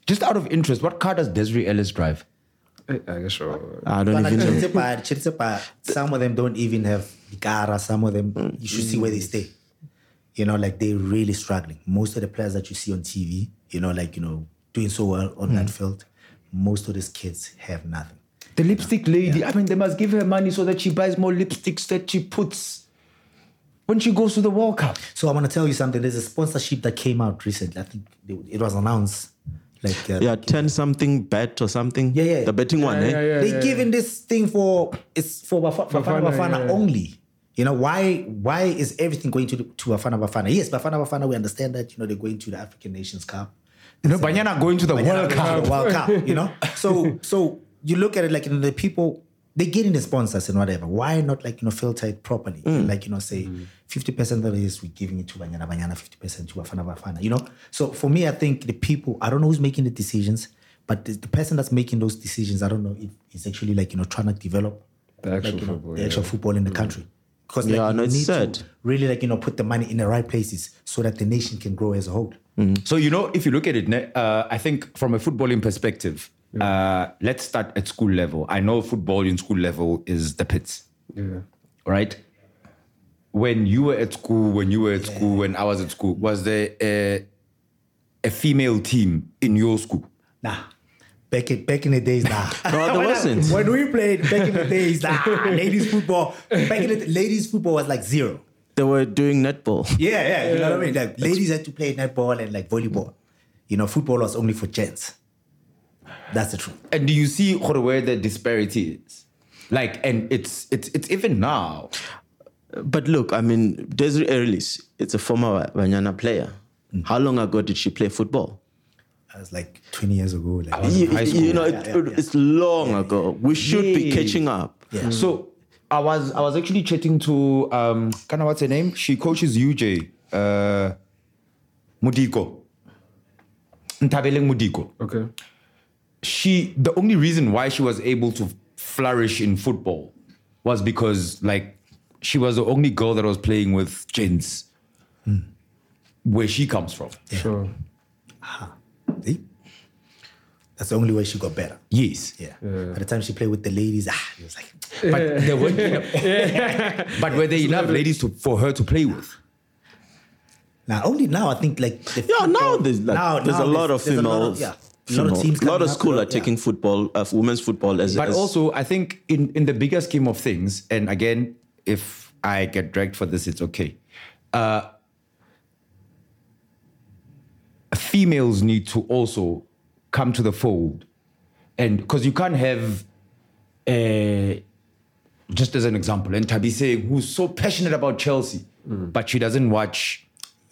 Speaker 3: just out of interest, what car does Desiree Ellis drive?
Speaker 6: I, I guess sure.
Speaker 4: I don't
Speaker 5: But like
Speaker 4: even know.
Speaker 5: Chiritsepar, Chiritsepar, some of them don't even have Gara. Some of them, you should see where they stay. You know, like they're really struggling. Most of the players that you see on TV, you know, like, you know, doing so well on
Speaker 4: Hmm.
Speaker 5: that field, most of these kids have nothing.
Speaker 3: The lipstick lady. I mean, they must give her money so that she buys more lipsticks that she puts when she goes to the World Cup.
Speaker 5: So I'm going to tell you something. There's a sponsorship that came out recently. I think they- it was announced. Like, uh,
Speaker 4: Yeah, ten something bet or something.
Speaker 5: Yeah, yeah.
Speaker 4: The betting one, eh?
Speaker 6: yeah, yeah,
Speaker 5: they
Speaker 6: yeah,
Speaker 5: giving this thing for it's for Bafana Bafana,
Speaker 6: Bafana,
Speaker 5: Bafana
Speaker 6: yeah, yeah.
Speaker 5: only. You know why? Why is everything going to to Bafana Bafana? Yes, Bafana Bafana. We understand that you know they're going to the African Nations Cup.
Speaker 3: No, Banyana going to the
Speaker 5: Banyana
Speaker 3: World
Speaker 5: going to
Speaker 3: Cup.
Speaker 5: the World Cup. You know. So so you look at it like you know, the people they getting the sponsors and whatever. Why not like you know filter it properly?
Speaker 3: Mm.
Speaker 5: Like you know say fifty percent of this we're giving it to Banyana Banyana, fifty percent to Bafana Bafana. You know. So for me, I think the people. I don't know who's making the decisions. But the, the person that's making those decisions, I don't know, it, it's actually like you know trying to develop
Speaker 6: The actual
Speaker 5: like, you know,
Speaker 6: football,
Speaker 5: the
Speaker 6: yeah.
Speaker 5: actual football in the country. Because like,
Speaker 4: Yeah,
Speaker 5: you
Speaker 4: no, it's
Speaker 5: need
Speaker 4: sad.
Speaker 5: to really like you know put the money in the right places so that the nation can grow as a whole.
Speaker 3: So you know, if you look at it, ne- uh, I think from a footballing perspective, uh, let's start at school level. I know football in school level is the pits,
Speaker 6: Yeah.
Speaker 3: right? When you were at school, when you were at school, when I was at school, was there a, a female team in your school?
Speaker 5: Nah. Back in, back in the days, nah.
Speaker 4: No, there
Speaker 5: When I-
Speaker 4: wasn't.
Speaker 5: When we played back in the days, nah, ladies football. Back in the ladies football was like zero.
Speaker 4: They were doing netball.
Speaker 5: Yeah, yeah, you know what I mean. Like ladies had to play netball and like volleyball. You know, football was only for gents. That's the truth.
Speaker 3: And do you see gore, where the disparity is? Like, and it's it's it's even now.
Speaker 4: But look, I mean, Desiree Erlis, it's a former Banyana player.
Speaker 5: Mm.
Speaker 4: How long ago did she play football?
Speaker 5: That was like 20 years ago. Like,
Speaker 4: You,
Speaker 3: high school.
Speaker 4: you know,
Speaker 5: Yeah,
Speaker 4: it,
Speaker 5: yeah, yeah.
Speaker 4: it's long ago. We should be
Speaker 3: Yeah.
Speaker 4: catching up.
Speaker 5: yeah.
Speaker 3: So I was I was actually chatting to um kind of what's her name? She coaches UJ uh Mudiko. Ntabeleng Mudiko.
Speaker 6: Okay.
Speaker 3: She the only reason why she was able to flourish in football was because like she was the only girl that was playing with gents
Speaker 5: Hmm.
Speaker 3: where she comes from.
Speaker 6: Sure.
Speaker 5: See? That's the only way she got better.
Speaker 3: Yes.
Speaker 5: Yeah. By the time she played with the ladies, ah, it was like,
Speaker 3: But there weren't enough, but were there enough ladies to, for her to play with?
Speaker 5: now only now I think like the
Speaker 4: Yeah, now
Speaker 5: football-
Speaker 4: there's like,
Speaker 5: now-
Speaker 4: there's
Speaker 5: now
Speaker 4: a lot of
Speaker 5: there's a lot
Speaker 4: females.
Speaker 5: yeah, a lot of teams,
Speaker 4: a lot
Speaker 5: coming
Speaker 4: of
Speaker 5: up,
Speaker 4: schools
Speaker 5: lot-
Speaker 4: are
Speaker 5: yeah.
Speaker 4: taking football, uh, women's football as.
Speaker 3: But
Speaker 4: as-
Speaker 3: also, I think in, in the bigger scheme of things, and again, if I get dragged for this, it's okay. Uh, females need to also come to the fold, and because you can't have, uh, just as an example, and Tabi saying who's so passionate about Chelsea, but she doesn't watch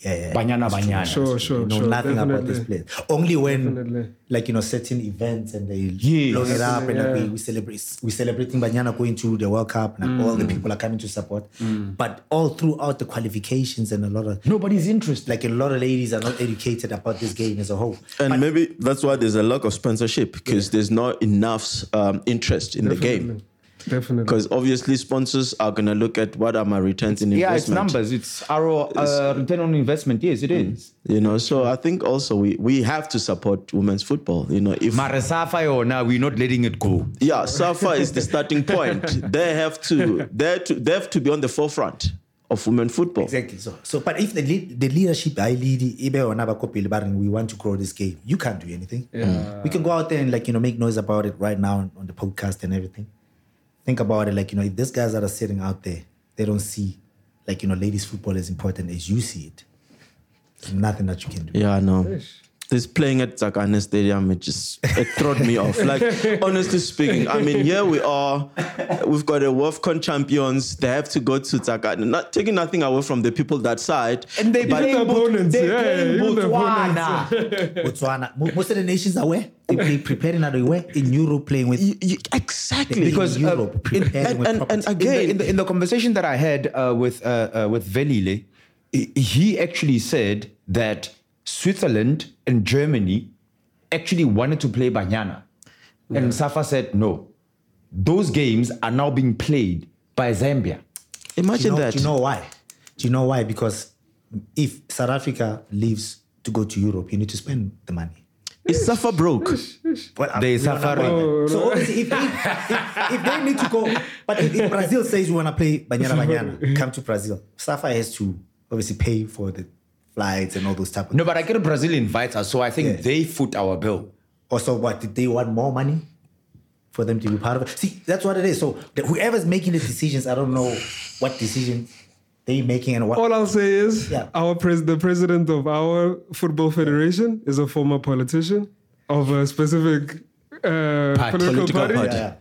Speaker 5: Yeah, yeah,
Speaker 3: Banyana Banyana.
Speaker 6: Sure, Oh, sure,
Speaker 5: you know
Speaker 6: sure.
Speaker 5: nothing about
Speaker 6: definitely.
Speaker 5: this place. Only when,
Speaker 6: Definitely.
Speaker 5: like you know, certain events and they
Speaker 3: Yes.
Speaker 5: blow it up, and like,
Speaker 6: Yeah.
Speaker 5: we, we celebrate, we celebrating Banyana going to the World Cup, and like, all
Speaker 6: Mm.
Speaker 5: the people are coming to support. But all throughout the qualifications, and a lot of
Speaker 3: Nobody's interested.
Speaker 5: like a lot of ladies are not educated about this game as a whole.
Speaker 4: and maybe that's why there's a lack of sponsorship because there's not enough um, interest in the game.
Speaker 6: Definitely.
Speaker 4: Because obviously sponsors are going to look at what are my returns in
Speaker 3: yeah, it's
Speaker 4: investment.
Speaker 3: numbers. It's Hmm. RO, uh, return on investment. Yes, it is.
Speaker 4: You know, so I think also we we have to support women's football. You know, if
Speaker 3: Marasafa or now we're not letting it go.
Speaker 4: yeah, SAFA is the starting point. They have to they to they have to be on the forefront of women football.
Speaker 5: Exactly. So, so but if the lead, the leadership I lead, ibe onabakopile barring, we want to grow this game, you can't do anything. We can go out there and like you know make noise about it right now on, on the podcast and everything. Think about it, like you know, if these guys that are sitting out there, they don't see, like you know, ladies football as important as you see it. There's nothing that you can do.
Speaker 4: Yeah, I know. This playing at Zakane Stadium, it just it throwed me off. Like honestly speaking, I mean, here we are. We've got a WorldCon champions. They have to go to Zakane. Not taking nothing away from the people that side.
Speaker 3: And they
Speaker 4: but-
Speaker 3: play
Speaker 6: the
Speaker 3: in Bots-
Speaker 6: opponents,
Speaker 3: they
Speaker 6: yeah,
Speaker 3: play in
Speaker 6: yeah, even the
Speaker 3: Botswana.
Speaker 5: Botswana, mo- most of the nations are where they play preparing are where in Europe playing with
Speaker 4: You- you- exactly.
Speaker 3: Because
Speaker 5: Because- In
Speaker 3: uh,
Speaker 5: Europe,
Speaker 3: in-
Speaker 5: preparing
Speaker 4: and-
Speaker 5: with
Speaker 4: and-
Speaker 5: property.
Speaker 4: and
Speaker 3: in, the,
Speaker 4: again-
Speaker 3: in, the, in the conversation that I had uh, with uh, uh, with Velile, he- he actually said that Switzerland and Germany actually wanted to play Banyana, and Safa said no. Those games are now being played by Zambia.
Speaker 4: Imagine
Speaker 5: do you know,
Speaker 4: that.
Speaker 5: Do you know why? Do you know why? Because if South Africa leaves to go to Europe, you need to spend the money.
Speaker 4: Is Safa broke?
Speaker 5: But uh,
Speaker 3: They
Speaker 5: you
Speaker 3: suffering.
Speaker 5: know, so obviously, if they, if, if they need to go, but if, if Brazil says we want to play Banyana Banyana, come to Brazil. Safa has to obviously pay for the flights and all those type of.
Speaker 3: No, but I get Brazil invites us, so I think
Speaker 5: Yeah.
Speaker 3: they foot our bill.
Speaker 5: Also, what did they want more money for them to be part of it? See, that's what it is. So the, whoever's making the decisions, I don't know what decisions they making and what.
Speaker 6: All I'll say is
Speaker 5: Yeah.
Speaker 6: our pres- the president of our football federation is a former politician of a specific uh, political,
Speaker 4: Political
Speaker 6: party.
Speaker 4: party.
Speaker 5: yeah.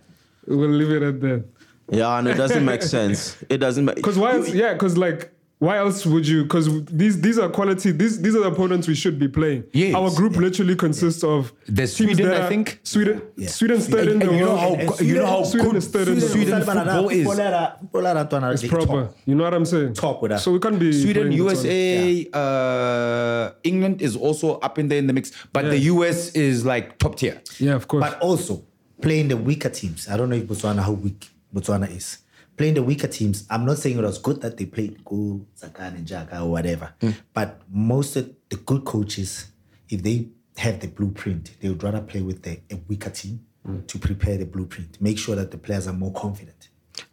Speaker 6: We'll leave it at that.
Speaker 4: Yeah, and it doesn't make sense. It doesn't make
Speaker 6: Because why else? Yeah, because like, why else would you? Because these these are quality. These these are the opponents we should be playing.
Speaker 3: Yes.
Speaker 6: Our group literally consists of
Speaker 3: There's
Speaker 6: teams
Speaker 3: Sweden,
Speaker 6: that
Speaker 3: I
Speaker 6: are-
Speaker 3: think.
Speaker 6: Sweden, Swiden's third in
Speaker 3: And,
Speaker 6: the
Speaker 3: and you know
Speaker 6: world.
Speaker 3: how
Speaker 5: and
Speaker 3: go- you know how
Speaker 6: Sweden-
Speaker 3: good
Speaker 6: Sweden is
Speaker 3: Sweden,
Speaker 6: third.
Speaker 3: football is.
Speaker 5: Footballer- footballer Antoine
Speaker 6: It's
Speaker 5: Ardick
Speaker 6: proper.
Speaker 5: talk.
Speaker 6: You know what I'm saying?
Speaker 5: Talk with us.
Speaker 6: So we can't be
Speaker 3: Sweden,
Speaker 6: playing with all-
Speaker 3: USA, uh, England is also up in there in the mix, but the US is like top tier.
Speaker 6: Yeah, of course.
Speaker 5: But also playing the weaker teams. I don't know if Botswana how weak Botswana is. Playing the weaker teams. I'm not saying it was good that they played Go, Zakan and Jaka or whatever. But most of the good coaches, if they have the blueprint, they would rather play with the, a weaker team to prepare the blueprint. Make sure that the players are more confident.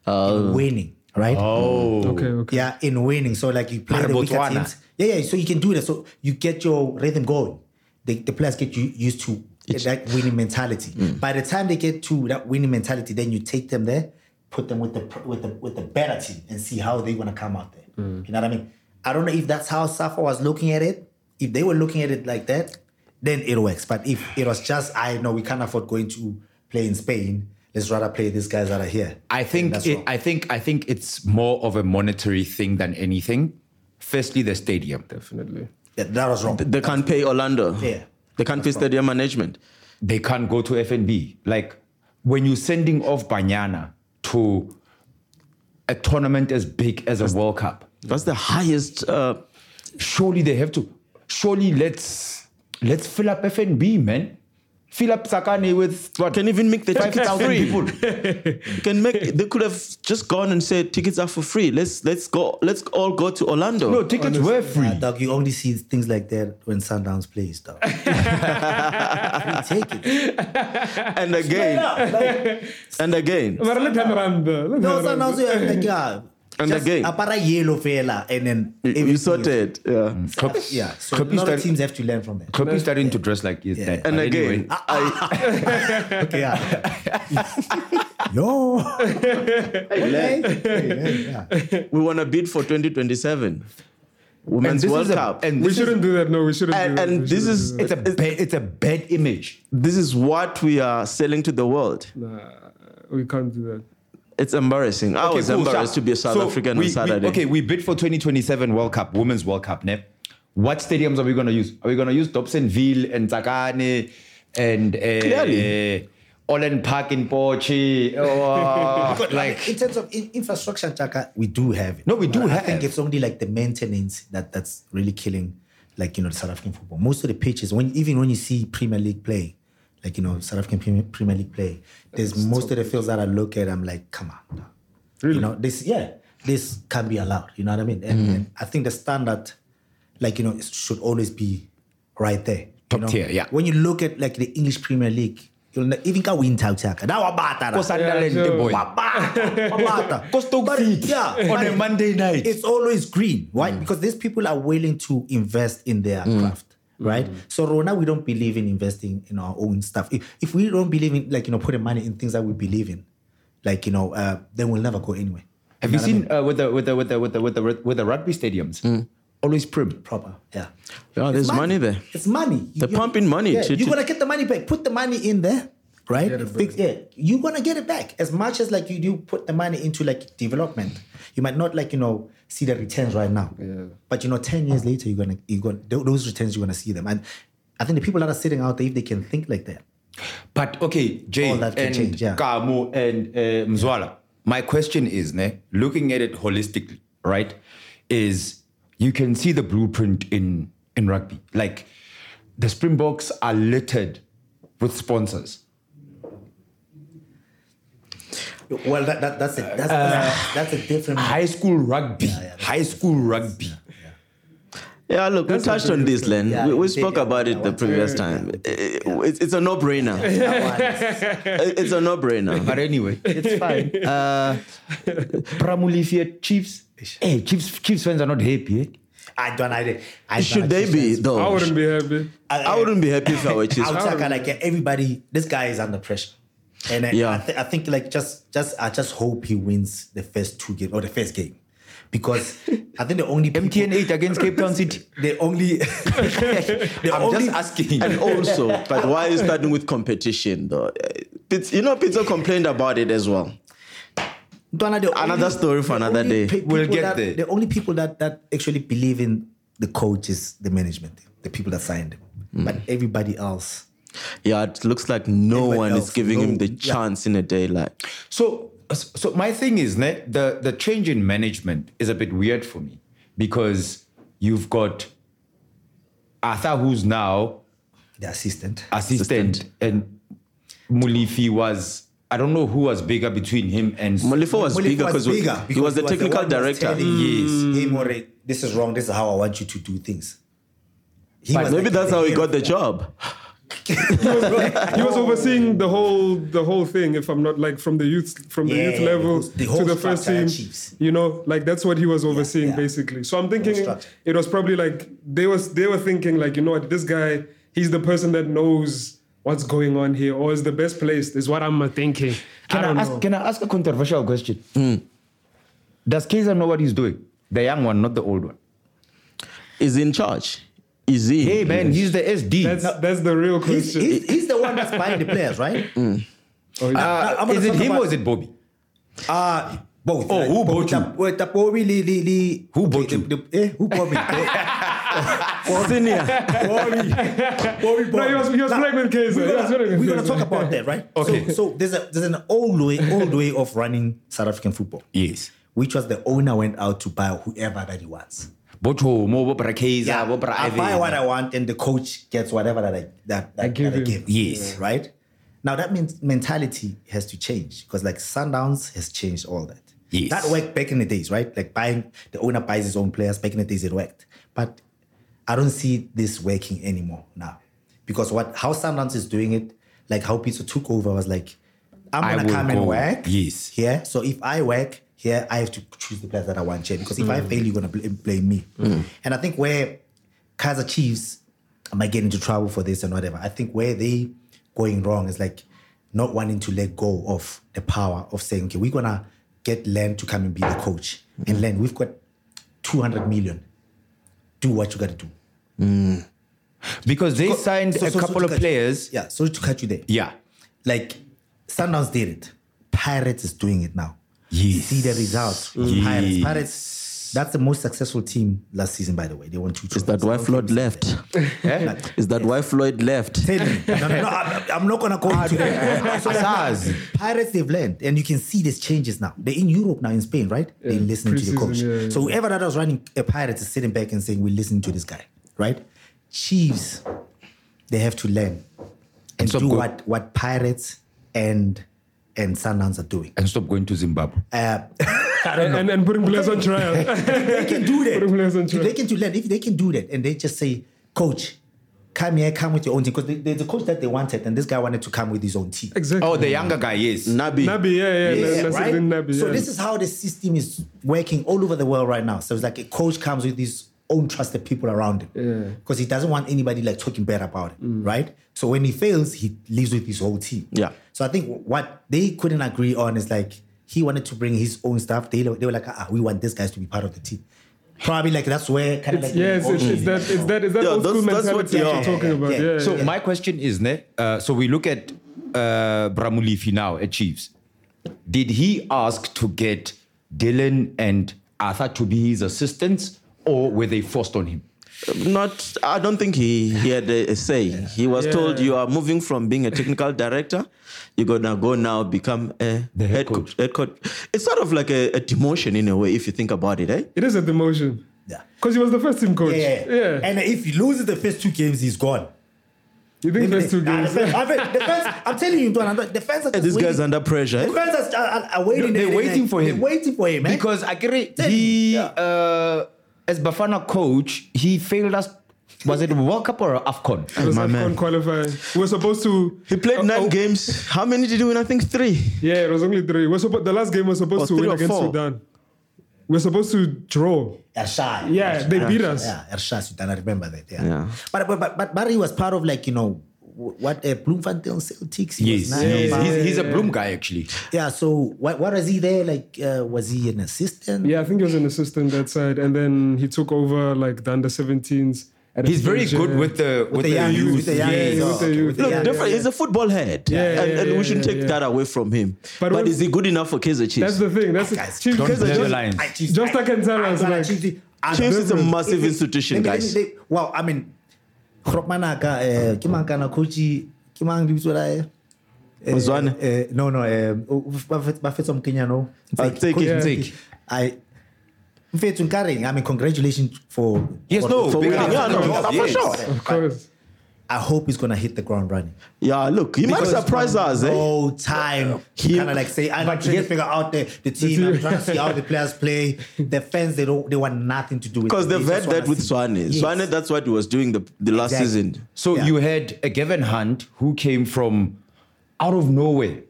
Speaker 5: in winning, right? Oh.
Speaker 6: okay, okay.
Speaker 5: Yeah, in winning. So like you play
Speaker 3: Mara
Speaker 5: the weaker
Speaker 3: Botswana.
Speaker 5: teams. Yeah, yeah. So you can do that. So you get your rhythm going. The, the players get you used to that winning mentality.
Speaker 3: Mm.
Speaker 5: By the time they get to that winning mentality, then you take them there, put them with the pr- with the with the better team, and see how they're gonna come out there.
Speaker 3: Mm.
Speaker 5: You know what I mean? I don't know if that's how Safa was looking at it. If they were looking at it like that, then it works. But if it was just, I know we can't afford going to play in Spain. Let's rather play these guys that are here.
Speaker 3: I think
Speaker 5: that's
Speaker 3: it,
Speaker 5: wrong.
Speaker 3: I think I think it's more of a monetary thing than anything. Firstly, the stadium.
Speaker 6: Definitely.
Speaker 5: that, that was wrong.
Speaker 4: they can't pay Orlando.
Speaker 5: Yeah.
Speaker 4: They can't pay stadium management.
Speaker 3: They can't go to FNB. Like when you're sending off Banyana to a tournament as big as a World Cup,
Speaker 4: That's the highest uh,
Speaker 3: surely they have to. Surely let's let's fill up FNB, man. Fill up Sakane with what?
Speaker 4: can even make the tickets
Speaker 3: 5,000
Speaker 4: free.
Speaker 3: people.
Speaker 4: Can make they could have just gone and said tickets are for free. Let's let's go let's all go to Orlando.
Speaker 3: No, tickets were free.
Speaker 5: Nah, dog, you only see things like that when Sundowns plays, dog. take it.
Speaker 4: and again and again.
Speaker 6: But let them run the. Let
Speaker 5: No,
Speaker 6: them run
Speaker 5: Sundowns,
Speaker 6: the-
Speaker 5: you're like, yeah.
Speaker 4: And
Speaker 5: just
Speaker 4: again.
Speaker 5: Apara yellow fella, and then
Speaker 4: You,
Speaker 5: everything
Speaker 4: you
Speaker 5: is-
Speaker 4: sorted. Yeah.
Speaker 3: Mm.
Speaker 5: Yeah, so a
Speaker 3: Copy
Speaker 5: lot
Speaker 3: start-
Speaker 5: of teams have to learn from that.
Speaker 3: Klopp's starting to dress like his dad.
Speaker 4: And
Speaker 3: but
Speaker 4: again, ah,
Speaker 3: anyway.
Speaker 4: I
Speaker 5: Okay, yeah. Yo. Hey, hey, yeah.
Speaker 4: we want to bid for 2027 Women's
Speaker 3: this
Speaker 4: World
Speaker 3: is a-
Speaker 4: Cup.
Speaker 3: and
Speaker 6: We
Speaker 3: this is
Speaker 6: shouldn't do that. No, we shouldn't. do
Speaker 4: and,
Speaker 6: that.
Speaker 4: and
Speaker 6: We
Speaker 4: this
Speaker 6: shouldn't
Speaker 4: is
Speaker 6: do
Speaker 3: it's a bad, it's a bad image.
Speaker 4: this is what we are selling to the world.
Speaker 6: that. we can't do that.
Speaker 4: It's embarrassing. I was
Speaker 3: cool,
Speaker 4: embarrassed
Speaker 3: so-
Speaker 4: to be a South
Speaker 3: so
Speaker 4: African
Speaker 3: we-
Speaker 4: on
Speaker 3: we-
Speaker 4: Saturday.
Speaker 3: okay, we bid for 2027 World Cup, Women's World Cup, ne? What stadiums are we going to use? Are we going to use Dobsonville and Zakane and uh,
Speaker 4: Clearly.
Speaker 3: Olen Park in Pochi? Oh,
Speaker 5: Like
Speaker 3: like,
Speaker 5: in terms of in- infrastructure, Chaka, we do have it.
Speaker 3: No, we do
Speaker 5: But I
Speaker 3: have.
Speaker 5: think it's only like the maintenance that that's really killing, like you know, the South African football. Most of the pitches, when even when you see Premier League play, like you know, South African Premier, Premier League play, there's most of the fields that I look at, I'm like, come on, really? You know, this yeah, this can be allowed. You know what I mean?
Speaker 3: Mm.
Speaker 5: And, and I think the standard, like you know, it should always be right there. you
Speaker 3: Top
Speaker 5: know?
Speaker 3: tier, yeah.
Speaker 5: When you look at like the English Premier League, you'll ne- even ka win tau Chaka. That was bad.
Speaker 3: Ko Sunderland,
Speaker 6: Yeah,
Speaker 3: the
Speaker 6: sure.
Speaker 3: boy.
Speaker 5: Mabata, Mabata.
Speaker 3: Go Stoke
Speaker 5: But,
Speaker 3: City
Speaker 5: yeah,
Speaker 3: on
Speaker 5: but
Speaker 3: a Mm. Monday night.
Speaker 5: It's always green, right? Because these people are willing to invest in their
Speaker 3: Mm.
Speaker 5: craft, right? So Rona, we don't believe in investing in our own stuff. If, if we don't believe in like you know putting money in things that we believe in, like you know, uh, then we'll never go anywhere.
Speaker 3: Have you seen uh, with, the, with, the, with, the, with, the, with, the, with the rugby stadiums?
Speaker 4: Hmm.
Speaker 3: Always prim.
Speaker 5: Proper, yeah.
Speaker 4: Yeah, there's money there.
Speaker 5: It's money.
Speaker 4: They're pumping money
Speaker 5: Yeah,
Speaker 4: to-
Speaker 5: you're
Speaker 4: to-
Speaker 5: gonna get the money back. Put the money in there, right? Fix- yeah, you're gonna get it back as much as like you do. Put the money into like development. You might not like you know see the returns right now, but you know ten years later you're gonna you're gonna tho- those returns you're gonna see them. And I think the people that are sitting out there, if they can think like that,
Speaker 3: But okay, Jay
Speaker 5: All that can
Speaker 3: and
Speaker 5: change, yeah.
Speaker 3: Kamu and uh, Mzwala, my question is, ne, looking at it holistically, right, is you can see the blueprint in in rugby. Like the Springboks are littered with sponsors.
Speaker 5: well, that, that that's it. That's that's a different.
Speaker 3: High school rugby, high school rugby.
Speaker 4: Yeah, look, we touched on this, Len.
Speaker 5: Yeah,
Speaker 4: we we
Speaker 5: we
Speaker 4: spoke
Speaker 5: did, yeah,
Speaker 4: about it the previous time. It- It's, it's a no-brainer. It- it's a no-brainer.
Speaker 3: But anyway, it's fine. Uh, Pramulifia Chiefs. Hey, Chiefs, Chiefs fans are not happy. Eh?
Speaker 5: I don't. I, I
Speaker 4: Should they be
Speaker 5: Oh,
Speaker 4: though?
Speaker 6: I wouldn't be happy.
Speaker 4: I wouldn't be happy if I were Chiefs.
Speaker 5: I would say, like everybody, this guy is under pressure, and I,
Speaker 4: Yeah.
Speaker 5: I, thi- I think like just just I just hope he wins the first two game or the first game, because I think the only people,
Speaker 3: MTN 8 against Cape Town City.
Speaker 5: the only the
Speaker 3: I'm
Speaker 5: only
Speaker 3: just asking.
Speaker 4: and also, but why are you starting with competition though? Pizz- You know, Pizzo complained about it as well.
Speaker 5: Donna, the
Speaker 4: Another story for
Speaker 5: the
Speaker 4: another
Speaker 5: only
Speaker 4: day.
Speaker 5: pe-
Speaker 3: We'll
Speaker 5: people
Speaker 3: get
Speaker 5: that-
Speaker 3: there.
Speaker 5: The only people that that actually believe in the coach is the management, the people that signed him,
Speaker 3: Hmm.
Speaker 5: but everybody else.
Speaker 4: Yeah, it looks like no
Speaker 5: Everyone
Speaker 4: one is
Speaker 5: else,
Speaker 4: giving
Speaker 5: no-
Speaker 4: him the
Speaker 5: yeah.
Speaker 4: chance in a day. Like,
Speaker 3: So, uh, so my thing is, ne, the the change in management is a bit weird for me because you've got Arthur, who's now
Speaker 5: The assistant.
Speaker 3: assistant, and Mulifi was. I don't know who was bigger between him and
Speaker 4: Malifo was
Speaker 5: Molly
Speaker 4: bigger
Speaker 5: was
Speaker 4: because
Speaker 5: bigger
Speaker 4: he was
Speaker 5: because
Speaker 4: the technical
Speaker 5: one who was
Speaker 4: director. Mm.
Speaker 5: telling Yes. Hey, More, this is wrong. This is how I want you to do things. He was
Speaker 4: Maybe
Speaker 5: like
Speaker 4: that's how he got the
Speaker 5: hero.
Speaker 4: job.
Speaker 6: He was overseeing the whole the whole thing. If I'm not like from the youth from the
Speaker 5: Yeah,
Speaker 6: youth level
Speaker 5: the whole
Speaker 6: to the first
Speaker 5: structure
Speaker 6: team,
Speaker 5: at Chiefs.
Speaker 6: you know, like that's what he was overseeing
Speaker 5: yeah.
Speaker 6: basically. So I'm thinking
Speaker 5: structure.
Speaker 6: it was probably like they was they were thinking like you know what this guy he's the person that knows what's going on here or is the best placed is what I'm thinking. I
Speaker 3: Can I,
Speaker 6: don't know.
Speaker 3: ask, can I ask a controversial question?
Speaker 5: Hmm.
Speaker 3: Does Kaiser know what he's doing? The young one, not the old one.
Speaker 4: Is in charge. Is he?
Speaker 3: Hey man, he's the SD.
Speaker 6: that's that's the real
Speaker 5: He's,
Speaker 6: question.
Speaker 5: he's, he's the one that's buying the players, right?
Speaker 3: Uh,
Speaker 5: I'm gonna
Speaker 3: is it
Speaker 5: talk
Speaker 3: him
Speaker 5: about-
Speaker 3: or is it Bobby?
Speaker 5: Uh, both. Oh,
Speaker 3: who bought you?
Speaker 5: Well, Tapori, Lee, Lee, Lee.
Speaker 3: Who bought
Speaker 5: the,
Speaker 3: you?
Speaker 5: The, eh, who bought me?
Speaker 4: senior.
Speaker 5: Bobby, Bobby, Bobby.
Speaker 6: he was- he was playing with Kaiser. He
Speaker 5: We're
Speaker 6: was playing
Speaker 5: gonna,
Speaker 6: with
Speaker 5: we're gonna
Speaker 6: Kaiser.
Speaker 5: talk about that, right? Okay. So, so there's a there's an old way old way of running South African football,
Speaker 3: Yes.
Speaker 5: which was the owner went out to buy whoever that he wants.
Speaker 3: Bochomo, Bobra Kaiser, Bobra
Speaker 5: I buy
Speaker 3: Ivan.
Speaker 5: what I want, and the coach gets whatever that I that, that,
Speaker 6: give
Speaker 5: that I
Speaker 6: him.
Speaker 5: give.
Speaker 3: Yes.
Speaker 5: right. Now that means mentality has to change because like Sundowns has changed all that.
Speaker 3: Yes.
Speaker 5: That worked back in the days, right? Like buying the owner buys his own players. Back in the days, it worked, but I don't see this working anymore now because what how Sundowns is doing it, like how Pizzo took over was like,
Speaker 3: I
Speaker 5: I'm gonna
Speaker 3: will
Speaker 5: come and
Speaker 3: go.
Speaker 5: work
Speaker 3: Yes.
Speaker 5: here. So if I work here, I have to choose the players that I want here because if I
Speaker 3: Mm.
Speaker 5: fail, you're gonna bl- blame me. And I think where Kaiser Chiefs I might get into trouble for this and whatever. I think where they going wrong is like not wanting to let go of the power of saying, okay, we're gonna get Len to come and be the coach.
Speaker 3: Mm.
Speaker 5: And Len, we've got 200 million. Do what you gotta do.
Speaker 3: Because they
Speaker 5: Co-
Speaker 3: signed
Speaker 5: so-
Speaker 3: a
Speaker 5: so- so
Speaker 3: couple
Speaker 5: to
Speaker 3: of
Speaker 5: cut you-
Speaker 3: players.
Speaker 5: yeah, sorry to cut you there.
Speaker 3: Yeah.
Speaker 5: Like Sundowns did it. Pirates is doing it now.
Speaker 3: Yes.
Speaker 5: See the results. with
Speaker 3: Mm.
Speaker 5: Pirates. Pirates. That's the most successful team last season, by the way. They won two
Speaker 4: Is that
Speaker 5: trophies.
Speaker 4: why Floyd left? Is that why Floyd left?
Speaker 5: Tell me. No, no, no. I'm, I'm not gonna go into that. So like,
Speaker 3: Asaz.
Speaker 5: Pirates they've learned, and you can see these changes now. They're in Europe now, in Spain, right? They're listening to the
Speaker 6: preseason,
Speaker 5: coach.
Speaker 6: yeah, yeah.
Speaker 5: So whoever that was running a Pirates is sitting back and saying, "We listen to this guy," right? Chiefs, they have to learn and
Speaker 3: stop
Speaker 5: do
Speaker 3: go-
Speaker 5: what what Pirates and and Sundowns are doing. Uh,
Speaker 3: And stop going to Zimbabwe.
Speaker 6: and, and and putting players on trial.
Speaker 5: they can do that.
Speaker 6: Put him less than
Speaker 5: If
Speaker 6: twelve.
Speaker 5: they can do that. If they can do that, and they just say, "Coach, come here, come with your own team," because there's a coach that they wanted, and this guy wanted to come with his own team.
Speaker 6: exactly.
Speaker 3: Oh, the younger guy, yes.
Speaker 4: Nabi.
Speaker 6: Nabi, yeah, yeah,
Speaker 5: Yeah,
Speaker 6: yeah,
Speaker 5: right?
Speaker 6: Nabi,
Speaker 5: So
Speaker 6: yeah.
Speaker 5: this is how the system is working all over the world right now. So it's like a coach comes with his own trusted people around him because he doesn't want anybody like talking bad about
Speaker 6: Mm.
Speaker 5: him, right? So when he fails, he leaves with his whole team.
Speaker 4: Yeah.
Speaker 5: So I think what they couldn't agree on is like he wanted to bring his own stuff. They, they were like, ah, we want these guys to be part of the team. Probably like that's where kind of like
Speaker 6: yes, it's,
Speaker 5: Mm.
Speaker 6: it's that it's that it's that
Speaker 4: Yeah,
Speaker 6: old school
Speaker 4: that's- that's what
Speaker 6: mentality
Speaker 4: they
Speaker 6: that
Speaker 4: are.
Speaker 6: you're talking about.
Speaker 5: Yeah.
Speaker 6: Yeah. yeah.
Speaker 3: So my question is, ne, uh, so we look at uh, Bramulifi now at Chiefs. Did he ask to get Dylan and Arthur to be his assistants, or were they forced on him?
Speaker 4: Not. I don't think he, he had a, a say. He was told you are moving from being a technical director, you're gonna go now become a
Speaker 3: head
Speaker 4: co-
Speaker 3: coach.
Speaker 4: Head coach. It's sort of like a, a demotion in a way, if you think about it, eh?
Speaker 6: it is a demotion.
Speaker 5: Yeah.
Speaker 6: Because he was the first team coach.
Speaker 5: Yeah. And if he loses the first two games, he's gone.
Speaker 6: you think first two
Speaker 5: Nah, the
Speaker 6: games?
Speaker 5: fans- I think the fans- I'm telling you, Don, the fans are just
Speaker 4: This
Speaker 5: waiting.
Speaker 4: guy's under pressure.
Speaker 5: The
Speaker 4: eh?
Speaker 5: fans are, are, are waiting.
Speaker 3: They're
Speaker 5: there,
Speaker 3: waiting for him.
Speaker 5: They're waiting for him. eh?
Speaker 3: Because Akere,
Speaker 5: Then,
Speaker 3: he
Speaker 5: yeah.
Speaker 3: uh, as Bafana coach, he failed us. Was it World Cup or AFCON?
Speaker 6: It was
Speaker 4: My
Speaker 6: AFCON
Speaker 4: man.
Speaker 6: qualifier. We were supposed to.
Speaker 4: He played
Speaker 6: Uh,
Speaker 4: nine
Speaker 6: oh,
Speaker 4: games. How many did he win? I think three.
Speaker 6: Yeah, it was only three. We We're supposed the last game was supposed
Speaker 4: Or
Speaker 6: to
Speaker 4: three
Speaker 6: win
Speaker 4: or
Speaker 6: against
Speaker 4: four.
Speaker 6: Sudan. We We're supposed to draw.
Speaker 5: Ershad.
Speaker 6: Yeah, they beat us.
Speaker 5: Yeah, Ershad Sudan. I remember that. Yeah.
Speaker 4: Yeah.
Speaker 5: But, but but but Barry was part of like you know w- what uh, Bloemfontein Celtics. He
Speaker 3: Yes,
Speaker 5: was now
Speaker 3: he's,
Speaker 5: part-
Speaker 3: he's, he's a Bloom guy actually.
Speaker 5: yeah. So what what was he there? Like uh, was he an assistant?
Speaker 6: Yeah, I think he was an assistant that side, and then he took over like the under 17s. at
Speaker 3: He's very
Speaker 6: Fiji.
Speaker 3: good with the with, the,
Speaker 5: young
Speaker 3: youth.
Speaker 5: with the young
Speaker 3: yes.
Speaker 5: youth.
Speaker 6: with the
Speaker 5: Okay,
Speaker 6: youth.
Speaker 5: with the
Speaker 4: Look,
Speaker 5: young
Speaker 4: different.
Speaker 5: youth.
Speaker 4: He's a football head,
Speaker 6: Yeah,
Speaker 4: and,
Speaker 6: yeah,
Speaker 4: and
Speaker 6: yeah,
Speaker 4: we should
Speaker 6: yeah,
Speaker 4: take
Speaker 6: yeah.
Speaker 4: that away from him.
Speaker 6: But
Speaker 4: But,
Speaker 6: when-
Speaker 4: is he good enough for Kaiser Chiefs?
Speaker 6: That's the thing. That's
Speaker 5: Ah, Guys,
Speaker 6: the, Chief,
Speaker 3: Don't
Speaker 6: Kaiser
Speaker 3: blur the
Speaker 6: Chiefs-
Speaker 3: lines.
Speaker 5: I- geez,
Speaker 6: Just
Speaker 5: I-
Speaker 6: like can tell
Speaker 5: I'm
Speaker 6: us,
Speaker 5: gonna
Speaker 6: like-
Speaker 5: choose the-
Speaker 4: Chiefs is a
Speaker 5: If it-
Speaker 4: massive
Speaker 5: if it-
Speaker 4: institution,
Speaker 5: let me- let
Speaker 4: guys.
Speaker 5: me- let- Well, I mean, Khropmanaka, eh, ke mang kana coach-i- ke mang lebitso la hae? Eh,
Speaker 4: Mzwane.
Speaker 5: eh, no, no, eh, o- o- ba fet- ba fetswa Mokenya, no?
Speaker 4: Ah,
Speaker 5: Mfeki.
Speaker 4: Tseki,
Speaker 5: Coach
Speaker 4: yeah.
Speaker 5: Mfeki. I- Mfethu Nkareng, I mean, congratulations for.
Speaker 3: Yes,
Speaker 5: for-
Speaker 3: no,
Speaker 5: for
Speaker 3: big
Speaker 5: winning.
Speaker 3: up,
Speaker 4: yeah, no,
Speaker 3: big up,
Speaker 4: for
Speaker 3: yes.
Speaker 4: sure.
Speaker 6: Of course.
Speaker 5: I hope he's gonna hit the ground running.
Speaker 4: Yeah, look, he might surprise us,
Speaker 3: Oh,
Speaker 4: eh?
Speaker 5: No time.
Speaker 4: He-
Speaker 5: kind of like say, I'm trying to figure out the, the team. I'm trying to see how the players play. The fans, they don't, they want nothing to do with
Speaker 4: Because
Speaker 5: it.
Speaker 4: they've
Speaker 5: They
Speaker 4: had
Speaker 5: just
Speaker 4: that
Speaker 5: wanna
Speaker 4: with
Speaker 5: see-
Speaker 4: Swane.
Speaker 5: Yes.
Speaker 4: Swane, that's what he was doing the, the last
Speaker 5: Exactly.
Speaker 4: season.
Speaker 3: So
Speaker 5: Yeah.
Speaker 3: you had a Gavin Hunt who came from out of nowhere.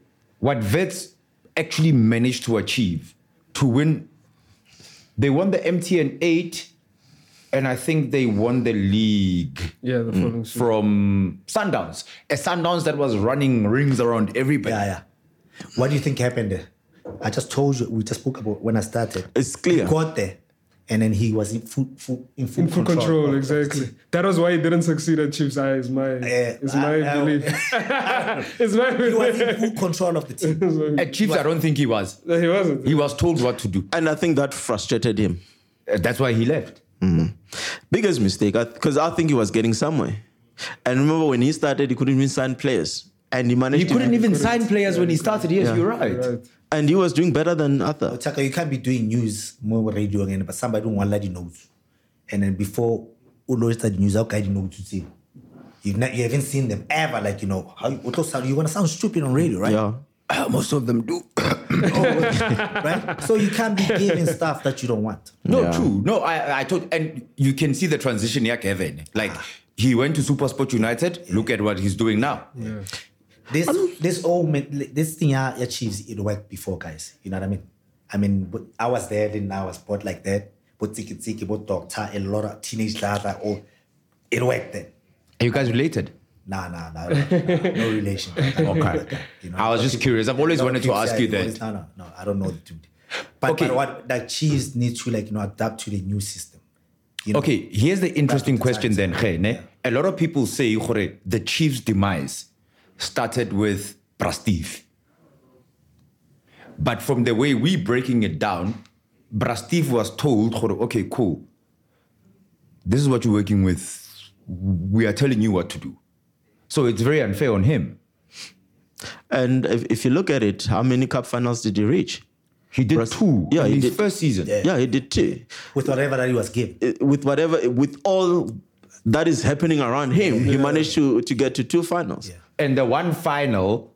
Speaker 3: What vets actually managed to achieve to win. They won the MTN 8, and I think they won the league
Speaker 6: Yeah, the following season.
Speaker 3: from Sundowns. A Sundowns that was running rings around everybody.
Speaker 5: Yeah, yeah. What do you think happened there? I just told you, we just spoke about when I started.
Speaker 4: It's clear.
Speaker 5: He got there, and then he was in full, full, in full
Speaker 6: In full
Speaker 5: control.
Speaker 6: control, exactly. That was why he didn't succeed at Chiefs. I is my, it's my
Speaker 5: I- I-
Speaker 6: belief. it's my
Speaker 5: He was
Speaker 6: belief.
Speaker 5: in full control of the team.
Speaker 3: At Chiefs, I don't think he was.
Speaker 6: He wasn't.
Speaker 3: He was told what to do.
Speaker 4: And I think that frustrated him. Mm-hmm.
Speaker 3: Uh, That's why he left.
Speaker 4: Biggest mistake, because I, think he was getting somewhere. And remember when he started, he couldn't even sign players. And he managed
Speaker 3: He
Speaker 4: to-
Speaker 3: couldn't even sign players when he started. Yes, you're right.
Speaker 6: Right.
Speaker 4: And he was doing better than Arthur.
Speaker 5: Taka, you can't be doing news more radio again, but somebody don't want the notes. And then before Ulori the news, how can you know what to say? You've not, you haven't seen them ever, like, you know, how you, what else are- you want to sound stupid on radio, right?
Speaker 4: Yeah.
Speaker 5: Oh,
Speaker 3: Uh, Most of them do.
Speaker 5: Right? So you can't be giving stuff that you don't want.
Speaker 3: No,
Speaker 4: Yeah.
Speaker 3: true. No, I I told, and you can see the transition here, Kevin. Like he went to SuperSport United. Look at what he's doing now.
Speaker 5: this this old man, this thing I achieves it worked before, guys. You know what I mean? I mean, but I was there, then I was bought like that. But tiki tiki, but doctor, a lot of teenage lads are all. It worked then.
Speaker 3: Are you guys related?
Speaker 5: Nah, nah, nah, nah, nah, no relation.
Speaker 3: Okay. I was just curious. I've always
Speaker 5: No,
Speaker 3: wanted to
Speaker 5: please,
Speaker 3: ask
Speaker 5: yeah,
Speaker 3: you
Speaker 5: no, it's-
Speaker 3: that.
Speaker 5: No, no, no, I don't know the dude. But,
Speaker 3: Okay.
Speaker 5: but what the Chiefs need to like you know adapt to the new system. You know?
Speaker 3: Okay, here's the interesting
Speaker 5: the
Speaker 3: question then,
Speaker 5: times.
Speaker 3: Ge, ne? A lot of people say gore, the Chiefs' demise started with Brastiv. But from the way we breaking it down, Brastiv was told, gore, okay, cool. This is what you're working with. We are telling you what to do. So it's very unfair on him.
Speaker 4: And if, if you look at it, how many cup finals did he reach?
Speaker 3: He did
Speaker 4: Bras-
Speaker 3: two
Speaker 4: Yeah,
Speaker 3: in
Speaker 4: he
Speaker 3: his
Speaker 4: did.
Speaker 3: first season.
Speaker 4: Yeah, he did two.
Speaker 5: With whatever that he was given.
Speaker 4: Uh, With whatever, with all that is happening around him, he managed to, to get to two finals.
Speaker 3: And the one final,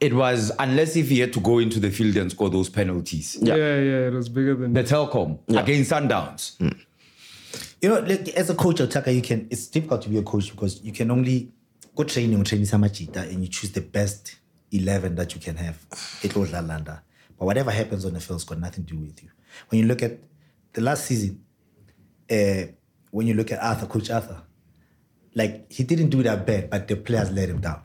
Speaker 3: it was unless if he had to go into the field and score those penalties.
Speaker 6: Yeah.
Speaker 4: Yeah.
Speaker 6: yeah, it was bigger than
Speaker 3: the Telkom against Sundowns.
Speaker 7: Mm.
Speaker 5: You know, like as a coach attacker, you can it's difficult to be a coach because you can only go training or training Samachita and you choose the best eleven that you can have. It was Lalanda. But whatever happens on the field's got nothing to do with you. When you look at the last season, uh, when you look at Arthur, Coach Arthur, like he didn't do that bad, but the players let him down.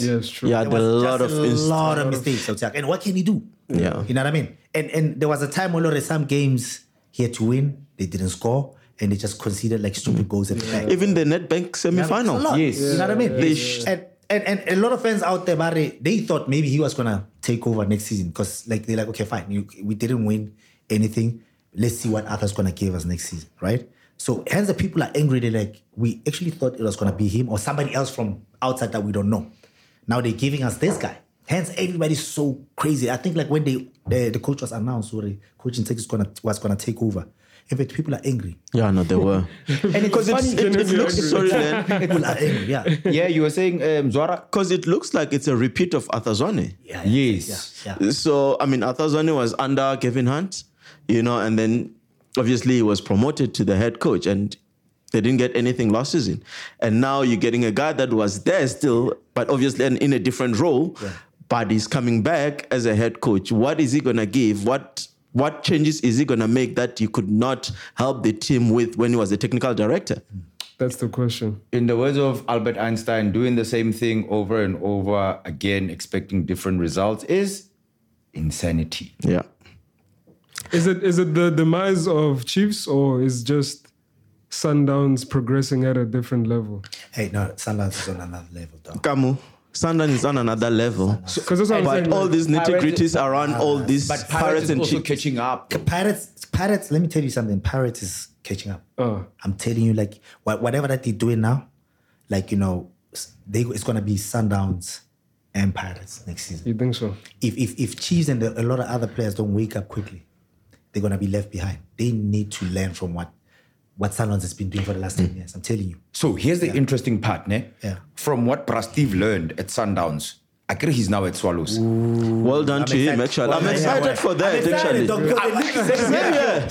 Speaker 6: Yeah, it's true.
Speaker 4: Yeah,
Speaker 5: There
Speaker 4: there
Speaker 5: was
Speaker 4: were a
Speaker 5: just
Speaker 4: lot of inst-
Speaker 5: lot of mistakes. Otiak. And what can he do?
Speaker 4: Yeah.
Speaker 5: You know what I mean? And and there was a time already some games he had to win, they didn't score, and they just conceded like stupid goals at the back.
Speaker 4: even the NetBank
Speaker 5: It's a
Speaker 4: semi-final.
Speaker 5: lot.
Speaker 3: Yes.
Speaker 5: You know what I mean?
Speaker 4: They sh-
Speaker 5: and, and and a lot of fans out there, Barry, they thought maybe he was gonna take over next season because like they're like, okay, fine, you, we didn't win anything. Let's see what Arthur's gonna give us next season, right? So hence the people are angry. They're like, we actually thought it was gonna be him or somebody else from outside that we don't know. Now they're giving us this guy. Hence everybody's so crazy. I think like when they the, the coach was announced, sorry, coaching take is gonna was gonna take over. In fact, people are angry.
Speaker 4: Yeah, no, they were.
Speaker 3: And
Speaker 4: Because it, it, it
Speaker 6: Genuinely
Speaker 4: looks
Speaker 6: angry.
Speaker 4: sorry, man,
Speaker 5: People are angry. Yeah.
Speaker 3: yeah, you were saying um, Zwara.
Speaker 4: 'cause it looks like it's a repeat of Athazone.
Speaker 5: yeah, yeah
Speaker 3: Yes.
Speaker 5: Yeah, yeah.
Speaker 4: So I mean, Athazone was under Kevin Hunt, you know, and then obviously he was promoted to the head coach and they didn't get anything last season. And now you're getting a guy that was there still, but obviously in, in a different role, but he's coming back as a head coach. What is he gonna give? What what changes is he gonna make that you could not help the team with when he was the technical director?
Speaker 6: That's the question.
Speaker 7: In the words of Albert Einstein, doing the same thing over and over again, expecting different results is insanity.
Speaker 4: Yeah.
Speaker 6: Is it is it the demise of Chiefs or is just Sundowns progressing at a different level?
Speaker 5: Hey, no, Sunderland is on another level, dog.
Speaker 4: Kamu, Sunderland is on another level.
Speaker 6: Because that's what I'm
Speaker 4: but
Speaker 6: saying.
Speaker 4: all
Speaker 6: like,
Speaker 4: these nitty gritties around all these
Speaker 7: Ah, But
Speaker 4: pirates,
Speaker 7: Pirates is
Speaker 4: and
Speaker 7: also
Speaker 4: Chiefs.
Speaker 7: catching up.
Speaker 5: Pirates, Pirates. Let me tell you something. Pirates is catching up.
Speaker 6: Oh.
Speaker 5: I'm telling you, like wha- whatever that they're doing now, like you know, s- they it's gonna be Sundowns and Pirates next season.
Speaker 6: you think so?
Speaker 5: If if if Chiefs and a lot of other players don't wake up quickly, they're gonna be left behind. They need to learn from what what Sundowns has been doing for the last ten years. I'm telling you.
Speaker 7: So here's the interesting part, ne?
Speaker 5: Yeah.
Speaker 7: From what Prastiv learned at Sundowns, I agree he's now at Swallows.
Speaker 4: Well done to him,
Speaker 5: excited.
Speaker 4: actually.
Speaker 5: Well
Speaker 4: I'm
Speaker 5: done.
Speaker 4: excited for that, actually.
Speaker 5: dog, because they look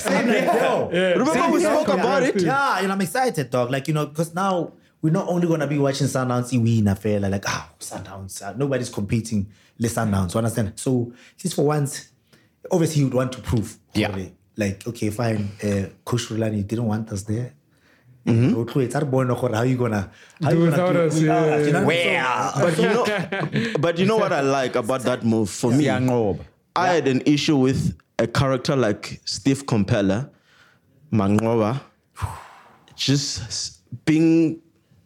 Speaker 4: Same here.
Speaker 5: I'm like, bro.
Speaker 4: Remember we
Speaker 5: Yeah,
Speaker 4: spoke
Speaker 5: dog.
Speaker 4: about it?
Speaker 5: Yeah, you know, I'm excited, dog. Like, you know, because now we're not only gonna be watching Sundowns win a fair, like, ah, Sundowns. uh, nobody's competing. Let's Sundowns. You understand? So just for once, obviously you'd want to prove.
Speaker 7: Yeah.
Speaker 5: Jorge, Like, okay, fine. Uh, Coach Rulani didn't want us there.
Speaker 7: Mm-hmm.
Speaker 5: Okay, it's our boy, no, How you gonna how
Speaker 6: Do
Speaker 5: you gonna
Speaker 6: without us, yeah,
Speaker 5: us, you know?
Speaker 7: Where?
Speaker 4: But you know, but you know what I like about that move for me. I had an issue with a character like Steve Compeller, Mangowa, just s- being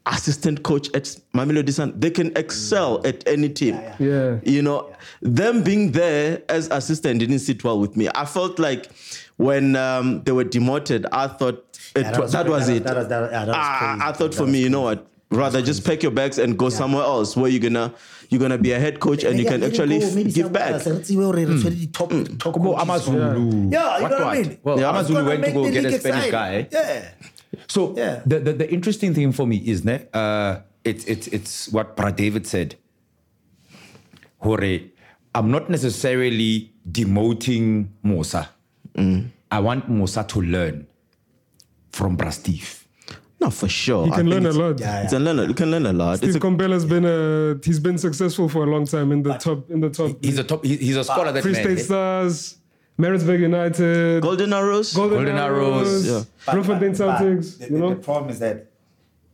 Speaker 4: assistant coach at Mamelodi Sun. They can excel at any team.
Speaker 6: Yeah.
Speaker 4: You know, them being there as assistant didn't sit well with me. I felt like when um, they were demoted, I thought it,
Speaker 5: Yeah,
Speaker 4: wa- that, was, it.
Speaker 5: That was, that was- yeah, that was
Speaker 4: Ah,
Speaker 5: crazy.
Speaker 4: I thought
Speaker 5: That
Speaker 4: for
Speaker 5: was
Speaker 4: me, you know what? Rather just pack your bags and go somewhere else where you're gonna you're gonna be a head coach and you
Speaker 5: Maybe I
Speaker 4: can
Speaker 5: didn't
Speaker 4: actually
Speaker 5: go,
Speaker 4: f-
Speaker 5: maybe
Speaker 4: give
Speaker 5: somewhere
Speaker 4: back.
Speaker 5: else. I don't see where we're really top- top
Speaker 7: Well,
Speaker 5: coaches from.
Speaker 7: Amazulu.
Speaker 5: Yeah, you
Speaker 7: Mm. What,
Speaker 5: know what, I
Speaker 7: what?
Speaker 5: mean?
Speaker 7: Well,
Speaker 4: Yeah.
Speaker 5: It's
Speaker 7: Amazulu
Speaker 5: gonna
Speaker 7: went to
Speaker 5: make
Speaker 7: go
Speaker 5: the
Speaker 7: get a
Speaker 5: league
Speaker 7: Spanish
Speaker 5: exciting.
Speaker 7: guy. eh?
Speaker 5: Yeah.
Speaker 7: So
Speaker 5: Yeah.
Speaker 7: the, the, the interesting thing for me is ne, uh, it's it's it's what Brad David said. Hore, I'm not necessarily demoting Musa. I want Musa to learn from Brastiv.
Speaker 4: No, for sure.
Speaker 6: You
Speaker 4: I
Speaker 6: can
Speaker 4: think
Speaker 6: learn a
Speaker 4: it's-
Speaker 6: lot.
Speaker 5: Yeah,
Speaker 4: You can learn a, you can learn a lot. It's
Speaker 6: Steve
Speaker 4: a-
Speaker 6: Combella's been a he's been successful for a long time in the top in the top
Speaker 7: He's a top. he- He's a scholar. That
Speaker 6: Free
Speaker 7: man.
Speaker 6: State Stars, Maritzburg United,
Speaker 4: golden arrows.
Speaker 7: Golden Arrows,
Speaker 4: yeah.
Speaker 5: But-
Speaker 6: Bloemfontein
Speaker 5: but- but
Speaker 6: Celtics,
Speaker 5: the-
Speaker 6: you
Speaker 5: the-
Speaker 6: know?
Speaker 5: The problem is that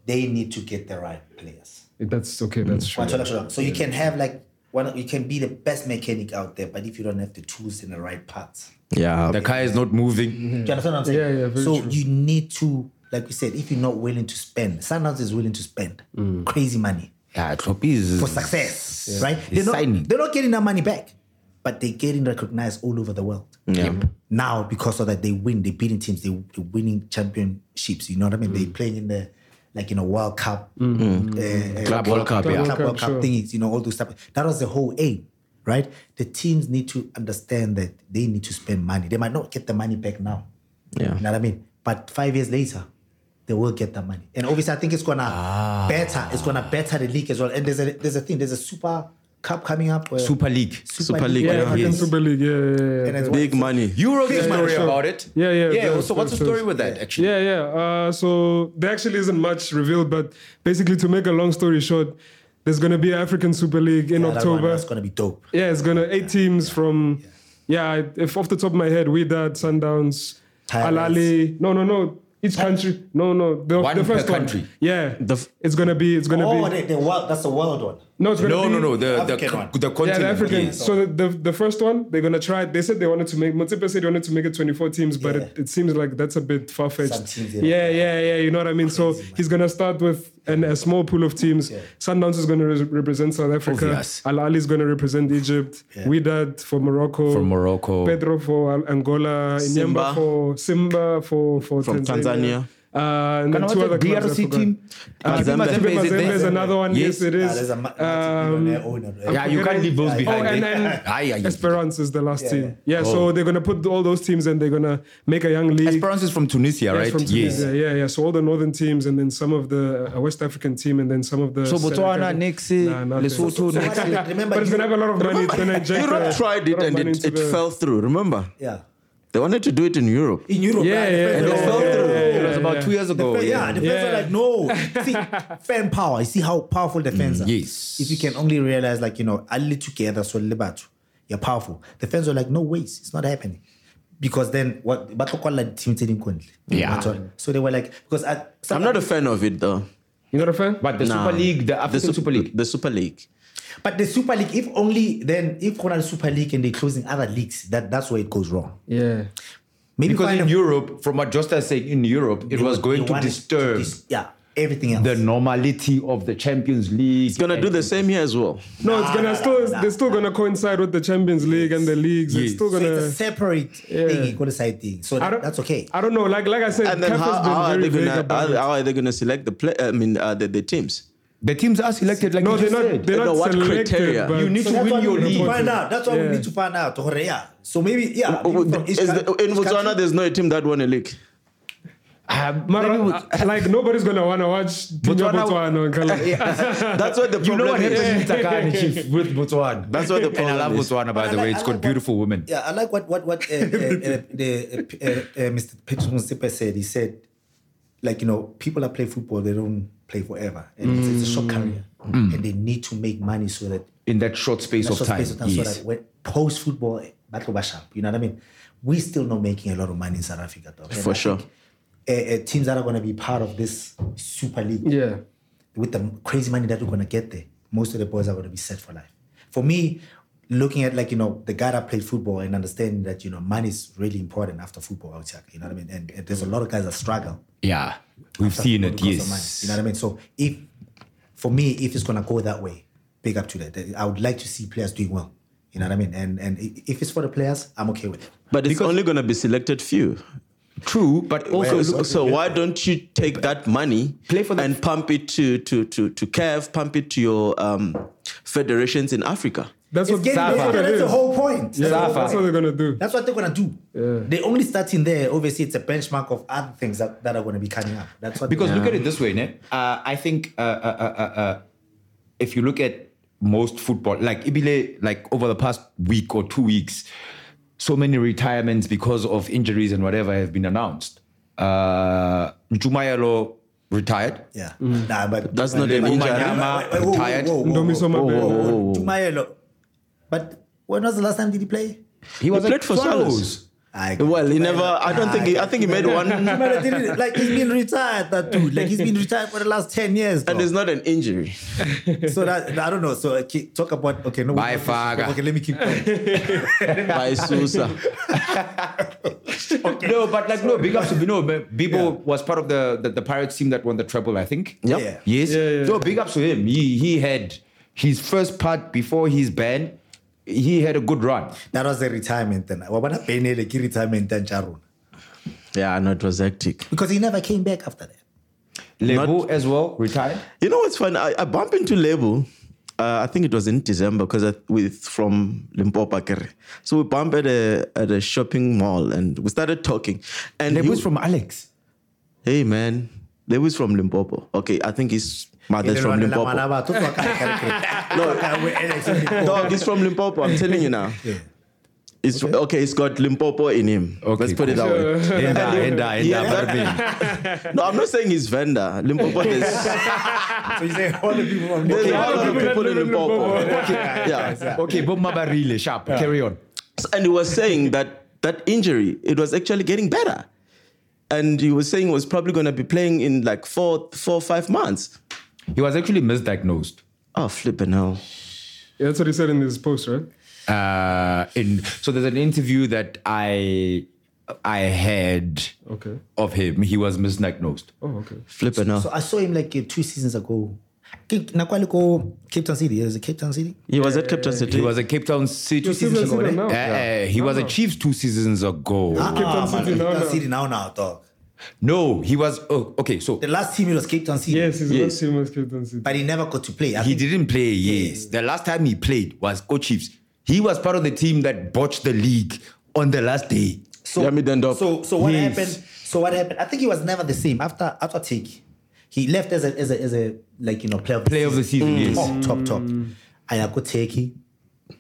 Speaker 5: they need to get the right players.
Speaker 6: That's okay. That's true.
Speaker 5: One shot, one shot. So you can have like one, you can be the best mechanic out there, but if you don't have the tools in the right parts,
Speaker 4: yeah.
Speaker 7: The car is not moving.
Speaker 5: do you understand what I'm saying?
Speaker 6: Hmm. Yeah, yeah, very
Speaker 5: so
Speaker 6: true.
Speaker 5: you need to, like we said, if you're not willing to spend, Sundowns is willing to spend
Speaker 6: Hmm.
Speaker 5: crazy money.
Speaker 7: Yeah, Trop is
Speaker 5: for success, right?
Speaker 7: He's
Speaker 5: They're not,
Speaker 7: signing.
Speaker 5: they're not getting that money back, but they're getting recognized all over the world.
Speaker 4: Yeah.
Speaker 5: Now, because of that, they win. They're beating teams. They, they're winning championships. You know what I mean?
Speaker 7: Mm.
Speaker 5: They're playing in the, like, you know, World Cup, uh, uh,
Speaker 7: Club World Cup. Yeah.
Speaker 5: Club
Speaker 6: World
Speaker 5: World
Speaker 6: Cup,
Speaker 5: Cup
Speaker 6: sure.
Speaker 5: thingies, you know, all those stuff. That was the whole aim, right? The teams need to understand that they need to spend money. They might not get the money back now.
Speaker 4: Yeah.
Speaker 5: You know what I mean? But five years later, they will get the money. And obviously, I think it's gonna
Speaker 6: Ah.
Speaker 5: better. It's gonna better the league as well. And there's a there's a thing, there's a super cup coming up. where-
Speaker 7: Super League.
Speaker 4: Super League,
Speaker 6: Yeah,
Speaker 4: Yeah,
Speaker 6: African
Speaker 4: yes.
Speaker 6: Super League. Yeah, yeah, yeah.
Speaker 5: And it's-
Speaker 4: Big money.
Speaker 7: You wrote the
Speaker 5: Big man
Speaker 7: story
Speaker 5: show.
Speaker 7: about it.
Speaker 6: Yeah, yeah,
Speaker 7: Yeah.
Speaker 6: that
Speaker 7: so
Speaker 6: was
Speaker 7: what's the
Speaker 6: very
Speaker 7: story
Speaker 6: true.
Speaker 7: with that actually?
Speaker 6: Yeah, yeah. Uh, so there actually isn't much revealed, but basically, to make a long story short, there's going to be African Super League in
Speaker 5: yeah, that one,
Speaker 6: October.
Speaker 5: That's gonna be dope.
Speaker 6: yeah, it's going to eight teams from. Yeah. if off the top of my head, Wydad, Sundowns,
Speaker 5: Highlights.
Speaker 6: Alali. No, no, no. Each country. No, no. The,
Speaker 7: One
Speaker 6: the
Speaker 7: per
Speaker 6: first
Speaker 7: country.
Speaker 6: One. Yeah.
Speaker 4: The f-
Speaker 6: it's going to be. It's going to
Speaker 5: Oh,
Speaker 6: be.
Speaker 5: the, the world, that's the world one.
Speaker 6: no, it's going to
Speaker 7: No,
Speaker 6: be.
Speaker 7: no, no. The the,
Speaker 5: African one.
Speaker 7: the
Speaker 6: Yeah,
Speaker 7: continent.
Speaker 6: the African. So the, the the first one, they're gonna try. it. They said they wanted to make. Multiple said they wanted to make it 24 teams, but it,
Speaker 5: Yeah.
Speaker 6: it seems like that's a bit far
Speaker 5: Some
Speaker 6: fetched.
Speaker 5: teams,
Speaker 6: Yeah,
Speaker 5: yeah.
Speaker 6: yeah, yeah. You know what I mean. so he's gonna start with an, a small pool of teams. Sundowns is gonna re- represent South Africa.
Speaker 7: Obvious.
Speaker 6: Al Ali is gonna represent Egypt. Widad for Morocco.
Speaker 7: For Morocco.
Speaker 6: Pedro for Al- Angola.
Speaker 4: Simba.
Speaker 6: Simba. for Simba for for
Speaker 4: From
Speaker 6: Tanzania.
Speaker 4: Tanzania.
Speaker 6: Uh, and then
Speaker 7: What's
Speaker 6: two
Speaker 7: the
Speaker 6: other clubs I
Speaker 7: DRC
Speaker 6: forgot.
Speaker 7: team?
Speaker 3: Ah,
Speaker 6: Uh,
Speaker 4: Mazembe.
Speaker 6: Mazembe
Speaker 7: Mazembe, is it
Speaker 6: Mazembe is
Speaker 7: there?
Speaker 6: another one. Yes,
Speaker 7: Yes.
Speaker 6: it
Speaker 5: Yeah,
Speaker 6: is.
Speaker 5: there's a ma-
Speaker 6: Um,
Speaker 5: multi-billionaire owner. right?
Speaker 7: Yeah, Ah, you can't leave those
Speaker 5: Yeah,
Speaker 7: behind.
Speaker 6: Oh, and
Speaker 7: eh?
Speaker 6: then
Speaker 7: Aye, aye, aye.
Speaker 6: Esperance is the last team. Yeah,
Speaker 7: Oh.
Speaker 6: so they're gonna put all those teams and they're gonna make a young league.
Speaker 7: Esperance is from Tunisia,
Speaker 6: Yes,
Speaker 7: right?
Speaker 6: from Tunisia. Yeah, yeah. So all the northern teams and then some of the uh, West African team and then some of the.
Speaker 7: So Botswana,
Speaker 6: Senegal-
Speaker 7: next,
Speaker 6: Nah, nothing.
Speaker 7: Lesotho,
Speaker 5: So
Speaker 7: next.
Speaker 5: what happened? Remember,
Speaker 6: But it's gonna
Speaker 5: Europe-
Speaker 6: have a lot of money. It's gonna inject.
Speaker 4: Europe
Speaker 6: a
Speaker 4: tried it
Speaker 6: lot of
Speaker 4: and
Speaker 6: money
Speaker 4: it,
Speaker 6: into
Speaker 4: it
Speaker 6: the-
Speaker 4: fell through. Remember?
Speaker 5: Yeah.
Speaker 4: They wanted to do it in Europe.
Speaker 5: in Europe.
Speaker 6: Yeah,
Speaker 5: right, the
Speaker 6: yeah,
Speaker 5: fans
Speaker 6: and
Speaker 5: were
Speaker 6: they
Speaker 5: like,
Speaker 6: fell
Speaker 5: "No."
Speaker 6: through.
Speaker 3: it was
Speaker 6: yeah,
Speaker 3: about
Speaker 6: yeah.
Speaker 3: two years
Speaker 5: The
Speaker 3: ago.
Speaker 5: fans- yeah, the fans
Speaker 6: Yeah.
Speaker 5: are like, no. See, fan power. You see how powerful the
Speaker 6: Mm,
Speaker 5: fans are.
Speaker 3: yes.
Speaker 5: If you can only realize, like, you know, Ali together, so Libatu, you're powerful. The fans were like, no ways, it's not happening. Because then what but look like team didn't win.
Speaker 3: Yeah.
Speaker 5: That's all. So they were like, because I,
Speaker 4: I'm not a fan of it though.
Speaker 6: You not a fan?
Speaker 3: But the
Speaker 4: Nah.
Speaker 3: Super League, the African
Speaker 4: Sup-
Speaker 3: Super League.
Speaker 4: The Super League.
Speaker 5: but the Super League, if only then if Conan Super League and they're closing other leagues, that, that's where it goes wrong.
Speaker 6: yeah.
Speaker 5: Maybe
Speaker 3: Because
Speaker 5: find
Speaker 3: in
Speaker 5: a-
Speaker 3: Europe, from what Josta is saying, in Europe, it
Speaker 5: they
Speaker 3: was
Speaker 5: were-
Speaker 3: going
Speaker 5: they
Speaker 3: to
Speaker 5: wanted
Speaker 3: disturb
Speaker 5: dis- yeah, everything else.
Speaker 3: the normality of the Champions League.
Speaker 4: It's gonna do the same here as well.
Speaker 6: No, it's gonna
Speaker 5: nah,
Speaker 6: still.
Speaker 5: nah,
Speaker 6: they're still gonna coincide with the Champions League and the leagues. It's
Speaker 3: Yes.
Speaker 6: still
Speaker 5: so
Speaker 6: gonna.
Speaker 5: it's a separate thing, you call it side thing. So
Speaker 6: I don't,
Speaker 5: that's okay.
Speaker 6: I don't know. Like like I said,
Speaker 4: And then
Speaker 6: CAF
Speaker 4: how,
Speaker 6: has been
Speaker 4: how are
Speaker 6: very
Speaker 4: they
Speaker 6: vague
Speaker 4: gonna
Speaker 6: about
Speaker 4: how,
Speaker 6: it.
Speaker 4: how are they gonna select the play? I mean, uh, the, the teams?
Speaker 3: The teams are selected like
Speaker 6: No,
Speaker 3: you
Speaker 6: they're
Speaker 3: just
Speaker 6: not.
Speaker 3: said.
Speaker 6: They're
Speaker 4: Under
Speaker 6: not
Speaker 4: what
Speaker 6: selected.
Speaker 4: criteria?
Speaker 6: but-
Speaker 3: You need
Speaker 5: So
Speaker 3: to
Speaker 5: that's
Speaker 3: win
Speaker 5: what
Speaker 3: your
Speaker 5: we need to
Speaker 3: league.
Speaker 5: find out. That's what
Speaker 6: Yeah.
Speaker 5: we need to find out. Hore, yeah. So maybe, yeah. maybe from each
Speaker 4: Is
Speaker 5: coun-
Speaker 4: the, in
Speaker 5: each
Speaker 4: Botswana,
Speaker 5: country-
Speaker 4: there's no team that won a league.
Speaker 3: Um,
Speaker 6: Mara-
Speaker 3: maybe we-
Speaker 6: uh, like nobody's gonna wanna watch Botswana.
Speaker 3: Botswana-
Speaker 6: Botswana Nkala.
Speaker 4: That's what the
Speaker 3: you know
Speaker 4: problem
Speaker 3: what happened
Speaker 4: is.
Speaker 3: in Takane, Chief, with Botswana.
Speaker 4: That's what the
Speaker 3: and I love
Speaker 4: problem is.
Speaker 3: Botswana, by
Speaker 5: I
Speaker 3: the way.
Speaker 5: like-
Speaker 3: It's
Speaker 5: I
Speaker 3: got
Speaker 5: like
Speaker 3: beautiful women.
Speaker 5: Yeah, I like what what what uh, uh, uh, the, uh, uh, uh, Mr. Patrick Mutsepe said. He said, like you know, people that play football, they don't play forever, and it's, it's a short
Speaker 3: Mm.
Speaker 5: career, and they need to make money so that
Speaker 3: In that short space of
Speaker 5: that's just
Speaker 3: time.
Speaker 5: based on- so
Speaker 3: yes.
Speaker 5: that when post football battle bash up, you know what I mean? We're still not making a lot of money in South Africa, though.
Speaker 4: For sure.
Speaker 5: Uh, uh, teams that are going to be part of this Super League,
Speaker 6: Yeah.
Speaker 5: with the crazy money that we're gonna get there, most of the boys are gonna be set for life. For me, looking at like you know the guy that played football and understanding that you know money is really important after football out here. You know what I mean? And, and there's a lot of guys that struggle.
Speaker 3: Yeah. We've
Speaker 5: after
Speaker 3: seen it,
Speaker 5: football because of money,
Speaker 3: yes.
Speaker 5: You know what I mean? So if for me, if it's gonna go that way, big up to that. I would like to see players doing well. You know what I mean? And and i- if it's for the players, I'm okay with it.
Speaker 4: But it's only gonna be selected few.
Speaker 3: True, but also
Speaker 4: So,
Speaker 3: look-
Speaker 4: so, so why don't you take that money
Speaker 3: Play for the-
Speaker 4: and pump it to to to to CAF, pump it to your um, federations in Africa?
Speaker 6: That's what
Speaker 5: It's getting
Speaker 6: that's
Speaker 5: better.
Speaker 6: what it
Speaker 5: That's the
Speaker 6: is.
Speaker 5: whole point. That's the whole
Speaker 6: Yeah, that's what
Speaker 5: point.
Speaker 6: they're gonna do.
Speaker 5: That's what they're gonna do. They only start in there. Obviously, it's a benchmark of other things that, that are gonna be coming up. That's what
Speaker 3: Because
Speaker 5: they-
Speaker 3: look at it this way, ne? Uh, I think uh, uh, uh, uh, uh, if you look at most football, like Ibile, like over the past week or two weeks, so many retirements because of injuries and whatever have been announced. Uh, Nchumayelo retired.
Speaker 5: yeah. Mm. Nah, but
Speaker 4: That's not an injury.
Speaker 3: Umanyama
Speaker 5: Wait, wait, whoa, whoa,
Speaker 3: retired.
Speaker 5: whoa, whoa, whoa.
Speaker 6: Ndomi Somabele.
Speaker 5: Whoa, whoa, whoa. Tumayelo. But when was the last time did he play?
Speaker 3: He was at
Speaker 4: played for Swallows.
Speaker 5: I-
Speaker 4: Well, he never. I don't think. He, I think he made one, and
Speaker 5: Tumayelo didn't- like he's been retired, that dude. Like he's been retired for the last ten years. dog.
Speaker 4: it's not an injury.
Speaker 5: so that I don't know. So uh, ki- talk about okay. No, we-
Speaker 3: Bye, Faga.
Speaker 5: Okay, let me keep going.
Speaker 4: By Sousa.
Speaker 3: No, but like no, big ups to Bino. but Bibo was part of the, the the Pirates team that won the treble, I think.
Speaker 4: Yep.
Speaker 5: Yeah.
Speaker 3: Yes.
Speaker 6: Yeah, yeah.
Speaker 3: So big ups to him. He he had his first part before his ban. He had a good run.
Speaker 5: That was the retirement then. Wabana Benele ki retirement then Charun.
Speaker 4: Yeah, I know it was hectic.
Speaker 5: Because he never came back after that.
Speaker 3: Lebu as well retired.
Speaker 4: You know what's fun? I, I bump into Lebo. Uh, I think it was in December because with from Limpopo, Kere. so we bumped at a at a shopping mall and we started talking. And he-
Speaker 3: Lebu's from Alex.
Speaker 4: Hey man, Lebo's from Limpopo. Okay, I think his mother's from
Speaker 5: Ilona
Speaker 4: Limpopo.
Speaker 5: Lamanaba, to talk- Okay, we- Alex, we-
Speaker 4: Dog, he's from Limpopo. I'm telling you now. It's okay. He's got Limpopo in him.
Speaker 3: Okay,
Speaker 4: Let's put it that
Speaker 3: cool.
Speaker 4: way.
Speaker 3: Enda, enda, enda,
Speaker 4: Yeah.
Speaker 3: Barbie.
Speaker 4: No, I'm not saying he's vendor. Limpopo is.
Speaker 5: So you say all the people from
Speaker 4: There's a
Speaker 5: Limpopo.
Speaker 4: lot
Speaker 6: all the
Speaker 4: of
Speaker 6: people
Speaker 4: people
Speaker 6: that
Speaker 4: in
Speaker 6: live in
Speaker 4: Limpopo.
Speaker 6: Limpopo.
Speaker 4: Yeah.
Speaker 3: Okay, Bob Mabarile, sharp. Carry on.
Speaker 4: And he was saying that that injury, it was actually getting better. And he was saying he was probably going to be playing in like four, four, five months.
Speaker 3: He was actually misdiagnosed.
Speaker 4: Oh, flipping hell.
Speaker 6: Yeah, that's what he said in his post, right?
Speaker 3: Uh, in so there's an interview that I I had
Speaker 6: Okay.
Speaker 3: of him. He was misdiagnosed.
Speaker 6: Oh, okay.
Speaker 4: Flipping hell.
Speaker 5: So I saw him like uh, two seasons ago. Cape- Nakwali go Cape Town City. Is it Cape Town City?
Speaker 4: He was at Captain City.
Speaker 3: He was a Cape Town City.
Speaker 6: Two seasons ago,
Speaker 3: Uh,
Speaker 6: now.
Speaker 3: uh, he was a
Speaker 6: Uh-huh.
Speaker 3: Chiefs two seasons ago.
Speaker 6: Cape Town
Speaker 5: Ah, man,
Speaker 6: City now,
Speaker 5: Cape Town
Speaker 6: now.
Speaker 5: City now, now, dog.
Speaker 3: No, he was oh, okay. So
Speaker 5: The last team it was Cape Town City,
Speaker 6: Yes, his
Speaker 4: Yes.
Speaker 6: last team was Cape Town City.
Speaker 5: but he never got to play. I
Speaker 3: he
Speaker 5: think
Speaker 3: didn't play. Yes, the last time he played was Go Chiefs. He was part of the team that botched the league on the last day.
Speaker 5: So,
Speaker 4: Yami Dendop.
Speaker 5: so, so what
Speaker 3: Yes.
Speaker 5: happened? So what happened? I think he was never the same after after take. He left as a as a, as a like you know player of the
Speaker 3: Player of the season, yes. Mm.
Speaker 5: top top top. Ayako Turkey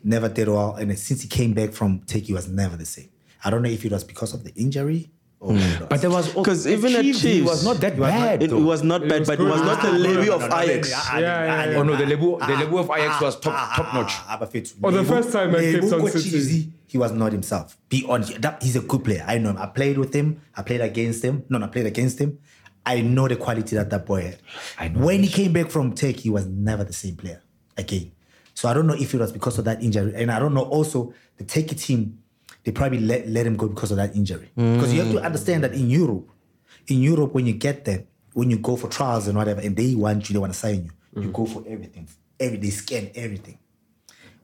Speaker 5: never did well, and since he came back from Turkey, he was never the same. I don't know if it was because of the injury or
Speaker 3: Mm. But there was
Speaker 4: 'Cause even at
Speaker 3: Chiefs, he
Speaker 4: Chiefs,
Speaker 3: was not that
Speaker 4: it was not-
Speaker 3: bad.
Speaker 4: It,
Speaker 3: though.
Speaker 4: was not bad,
Speaker 6: was
Speaker 4: but it
Speaker 6: good.
Speaker 4: was not the levy of Ajax.
Speaker 6: yeah, yeah.
Speaker 3: Oh no, the level the level of Ajax was top top notch.
Speaker 6: Oh, the first time I came to City.
Speaker 5: he was not himself. Be on that, he's a good player. I know him. I played with him. I played against him. No, no, I played against him. I know the quality that that boy had. I know when he came back from Turkey, he was never the same player again. So I don't know if it was because of that injury, and I don't know also the Turkey team. They probably let, let him go because of that injury. Because you have to understand that in Europe, in Europe, when you get there, when you go for trials and whatever, and they want you, they want to sign you, you go for everything. Every they scan everything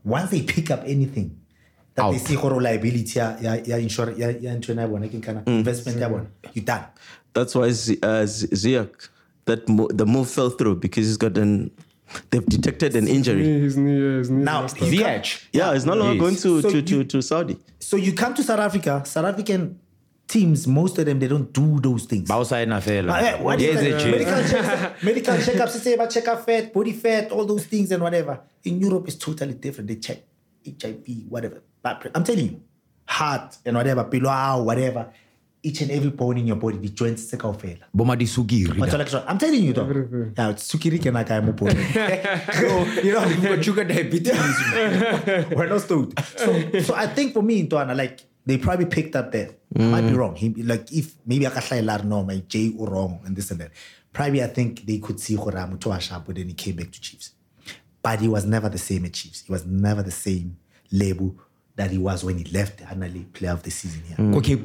Speaker 5: once they pick up anything that they
Speaker 3: Out.
Speaker 5: see horror liability ya ya ya insurance ya ya ntho ena ya bona ke kana investment ya bona you done
Speaker 4: That's why Z- uh, Z- Ziyech that mo- the move fell through because he's got an they've detected an injury.
Speaker 6: His knee, yeah, his knee.
Speaker 5: now you come-
Speaker 3: VH.
Speaker 4: Yeah, it's no longer
Speaker 3: Yes.
Speaker 4: going to
Speaker 5: So
Speaker 4: to, to
Speaker 5: you-
Speaker 4: to Saudi.
Speaker 5: so you come to South Africa South African teams most of them they don't do those things Uh, what is that? medical checks, medical checkups they say about check up fat body fat all those things and whatever in Europe it's totally different they check HIV whatever blood pre- I'm telling you heart and whatever below whatever each and every bone in your body the joints take out fail But
Speaker 3: Bomadi
Speaker 5: intellectual- I'm telling you, though. Now it's Sukiri and Nakai
Speaker 6: Oh.
Speaker 5: Mupone. you know,
Speaker 3: sugar diabetes.
Speaker 5: we're not stoned. So, so I think for me, in Intuana, like they probably picked up that. I might be wrong. He, like if maybe Akasha no, my J or wrong and this and that. Probably I think they could see Horamu to Ashap, but then he came back to Chiefs. But he was never the same at Chiefs. He was never the same label that he was when he left the Anali player of the season here.
Speaker 3: Okay.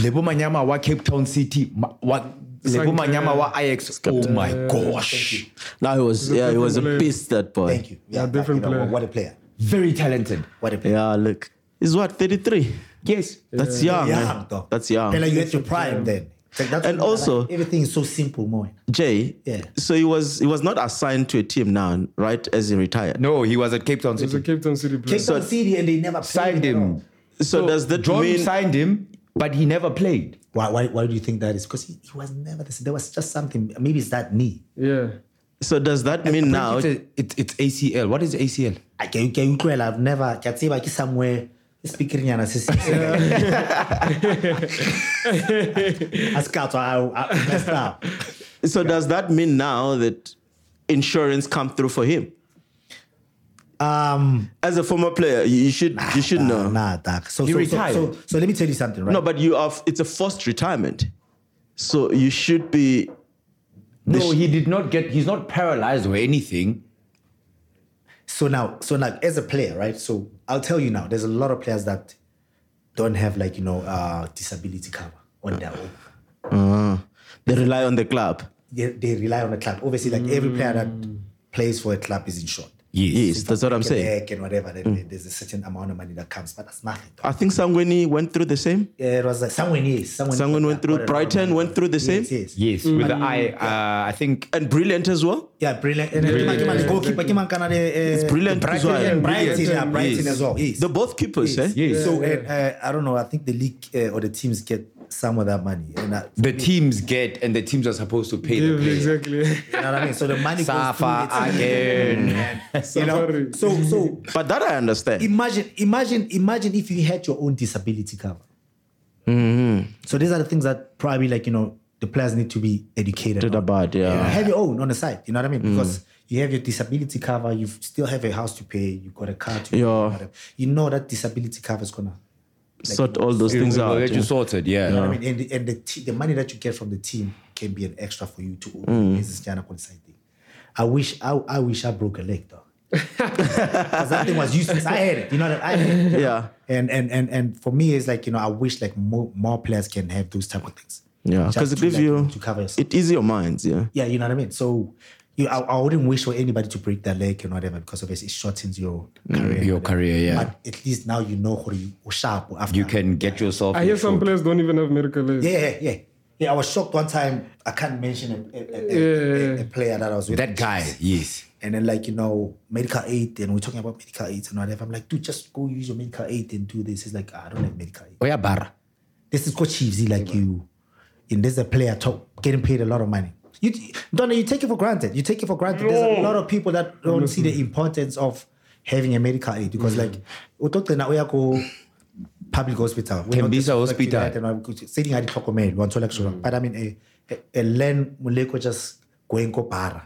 Speaker 3: Lebo Manyama wa Cape Town City. ma- wa- Lebo
Speaker 6: Sank-
Speaker 3: Manyama wa Ajax. Oh my gosh.
Speaker 4: Now it was yeah, it was a
Speaker 6: different
Speaker 4: beast that boy.
Speaker 5: Thank you. Yeah, but,
Speaker 6: different
Speaker 5: you know,
Speaker 6: player.
Speaker 5: What a player.
Speaker 3: Very talented.
Speaker 5: What a player.
Speaker 4: Yeah, look, he's what thirty three.
Speaker 3: Yes.
Speaker 4: That's young.
Speaker 5: Yeah,
Speaker 4: man. That's young.
Speaker 5: Then you at your prime then. It's like, that's
Speaker 4: And
Speaker 5: what I
Speaker 4: also-
Speaker 5: like. everything is so simple, Moen.
Speaker 4: Jay.
Speaker 5: Yeah.
Speaker 4: So he was he was not assigned to a team now, right? As he retired.
Speaker 3: No, he was at Cape Town
Speaker 6: He's a
Speaker 3: City.
Speaker 6: Cape Town City player.
Speaker 5: Cape Town City and they never played
Speaker 3: Signed
Speaker 5: at
Speaker 3: him.
Speaker 5: all.
Speaker 4: So, does that
Speaker 3: John
Speaker 4: mean
Speaker 3: signed him, but he never played.
Speaker 5: Why, why, why do you think that is? Because he, he was never the same. There was just something. Maybe it's that knee.
Speaker 6: Yeah.
Speaker 4: so does that mean now?
Speaker 3: it's, a- it's, it's ACL. What is ACL?
Speaker 5: I can, can you tell I've never, can say like somewhere, speaking and I scout, I, I messed up.
Speaker 4: So does that mean now that insurance come through for him?
Speaker 5: Um,
Speaker 4: As a former player, you you should you should know.
Speaker 5: nah, nah, dark. So,
Speaker 3: He
Speaker 5: so, so,
Speaker 3: retired.
Speaker 5: so, so let me tell you something, right?
Speaker 4: No, but you are. It's a forced retirement, so you should be.
Speaker 3: No, he did not get, he's not paralyzed or anything.
Speaker 5: So now, so now, as a player, right? So I'll tell you now. There's a lot of players that don't have like you know uh, disability cover on their own.
Speaker 4: Uh, they rely on the club.
Speaker 5: They, they rely on the club. Obviously, like every player that plays for a club is insured.
Speaker 4: Yes, that's what Mm. I'm saying. Mm.
Speaker 5: Back and whatever. then There's a certain amount of money that comes, but that's nothing.
Speaker 4: I think Sangweni went through the same.
Speaker 5: Yeah, It was like someone yes, someone.
Speaker 4: Someone went through- Brighton went through the same?
Speaker 5: Yes, yes.
Speaker 3: Yes, with the eye, uh, I think
Speaker 4: And brilliant as well.
Speaker 5: Yeah, brilliant. And then Kimani- Kimani goalkeeper, Kimani Kana, eh, eh,
Speaker 4: brilliant
Speaker 5: Brighton,
Speaker 4: as well.
Speaker 5: yeah, Brighton,
Speaker 6: Brilliant.
Speaker 5: yeah, Brighton
Speaker 4: Yes.
Speaker 5: as well. Yes.
Speaker 4: They're both keepers, eh?
Speaker 5: So and, uh, I don't know. I think the league uh, or the teams get some of that money, and uh, I,
Speaker 3: the teams get and the teams are supposed to pay the
Speaker 6: Yeah,
Speaker 3: player.
Speaker 6: exactly.
Speaker 5: you know what I mean. So the money
Speaker 3: Safa
Speaker 5: goes through.
Speaker 3: again.
Speaker 5: It's, you know.
Speaker 6: Safari.
Speaker 5: So so
Speaker 4: But that I understand.
Speaker 5: imagine imagine imagine if you had your own disability cover.
Speaker 4: Mm-hmm.
Speaker 5: So these are the things that probably like you know the players need to be educated.
Speaker 4: Did
Speaker 5: on.
Speaker 4: about, yeah. Mm.
Speaker 5: You know, have your own on the side. You know what I mean? Because you have your disability cover, you still have a house to pay, you got a car to pay,
Speaker 4: Yeah.
Speaker 5: whatever. You know that disability cover is gonna
Speaker 4: sort all those things
Speaker 3: We'll
Speaker 4: out.
Speaker 3: get you
Speaker 4: yeah.
Speaker 3: sorted, yeah.
Speaker 5: You know what I mean? And, the- and the, te- the money that you get from the team can be an extra for you to
Speaker 4: Mm.
Speaker 5: open business Jana Conside thing. I wish I, I wish I broke a leg though. Because that thing was useless. I had it. You know that I had it.
Speaker 4: Yeah.
Speaker 5: And and and and for me it's like, you know, I wish like more, more players can have those type of things.
Speaker 4: Yeah,
Speaker 5: Just
Speaker 4: because it
Speaker 5: to,
Speaker 4: gives
Speaker 5: like,
Speaker 4: you
Speaker 5: to cover yourself.
Speaker 4: it is your minds, yeah.
Speaker 5: Yeah, you know what I mean? So you, I, I wouldn't wish for anybody to break their leg and whatever because obviously it shortens your
Speaker 4: Mm.
Speaker 5: career.
Speaker 3: Your career, yeah.
Speaker 5: But at least now you know how you are sharp after.
Speaker 3: You can get yourself.
Speaker 6: I hear some
Speaker 3: insured.
Speaker 6: players don't even have medical aids.
Speaker 5: Yeah, yeah, yeah. Yeah, I was shocked one time. I can't mention a, a, a, a, a player that I was with.
Speaker 3: That guy, yes.
Speaker 5: And then, like, you know, medical aid, and we're talking about medical aid and whatever. I'm like, dude, just go use your medical aid and do this. He's like, "Ah, I don't have medical aid.
Speaker 3: Oya Barra.
Speaker 5: This is Coach Chiefs, like you. And there's a player talk, getting paid a lot of money. You, Donna, you take it for granted. You take it for granted. There's a lot of people that don't see the importance of having a medical aid because, like, utokugcina uyako- public hospital. We're not
Speaker 3: Tembisa
Speaker 5: just
Speaker 3: Hospital.
Speaker 5: vaccinated, and we're sitting at Tokomel, one
Speaker 4: Mm.
Speaker 5: selection. But I mean, eh, a, a, a land Muleko just going kopara.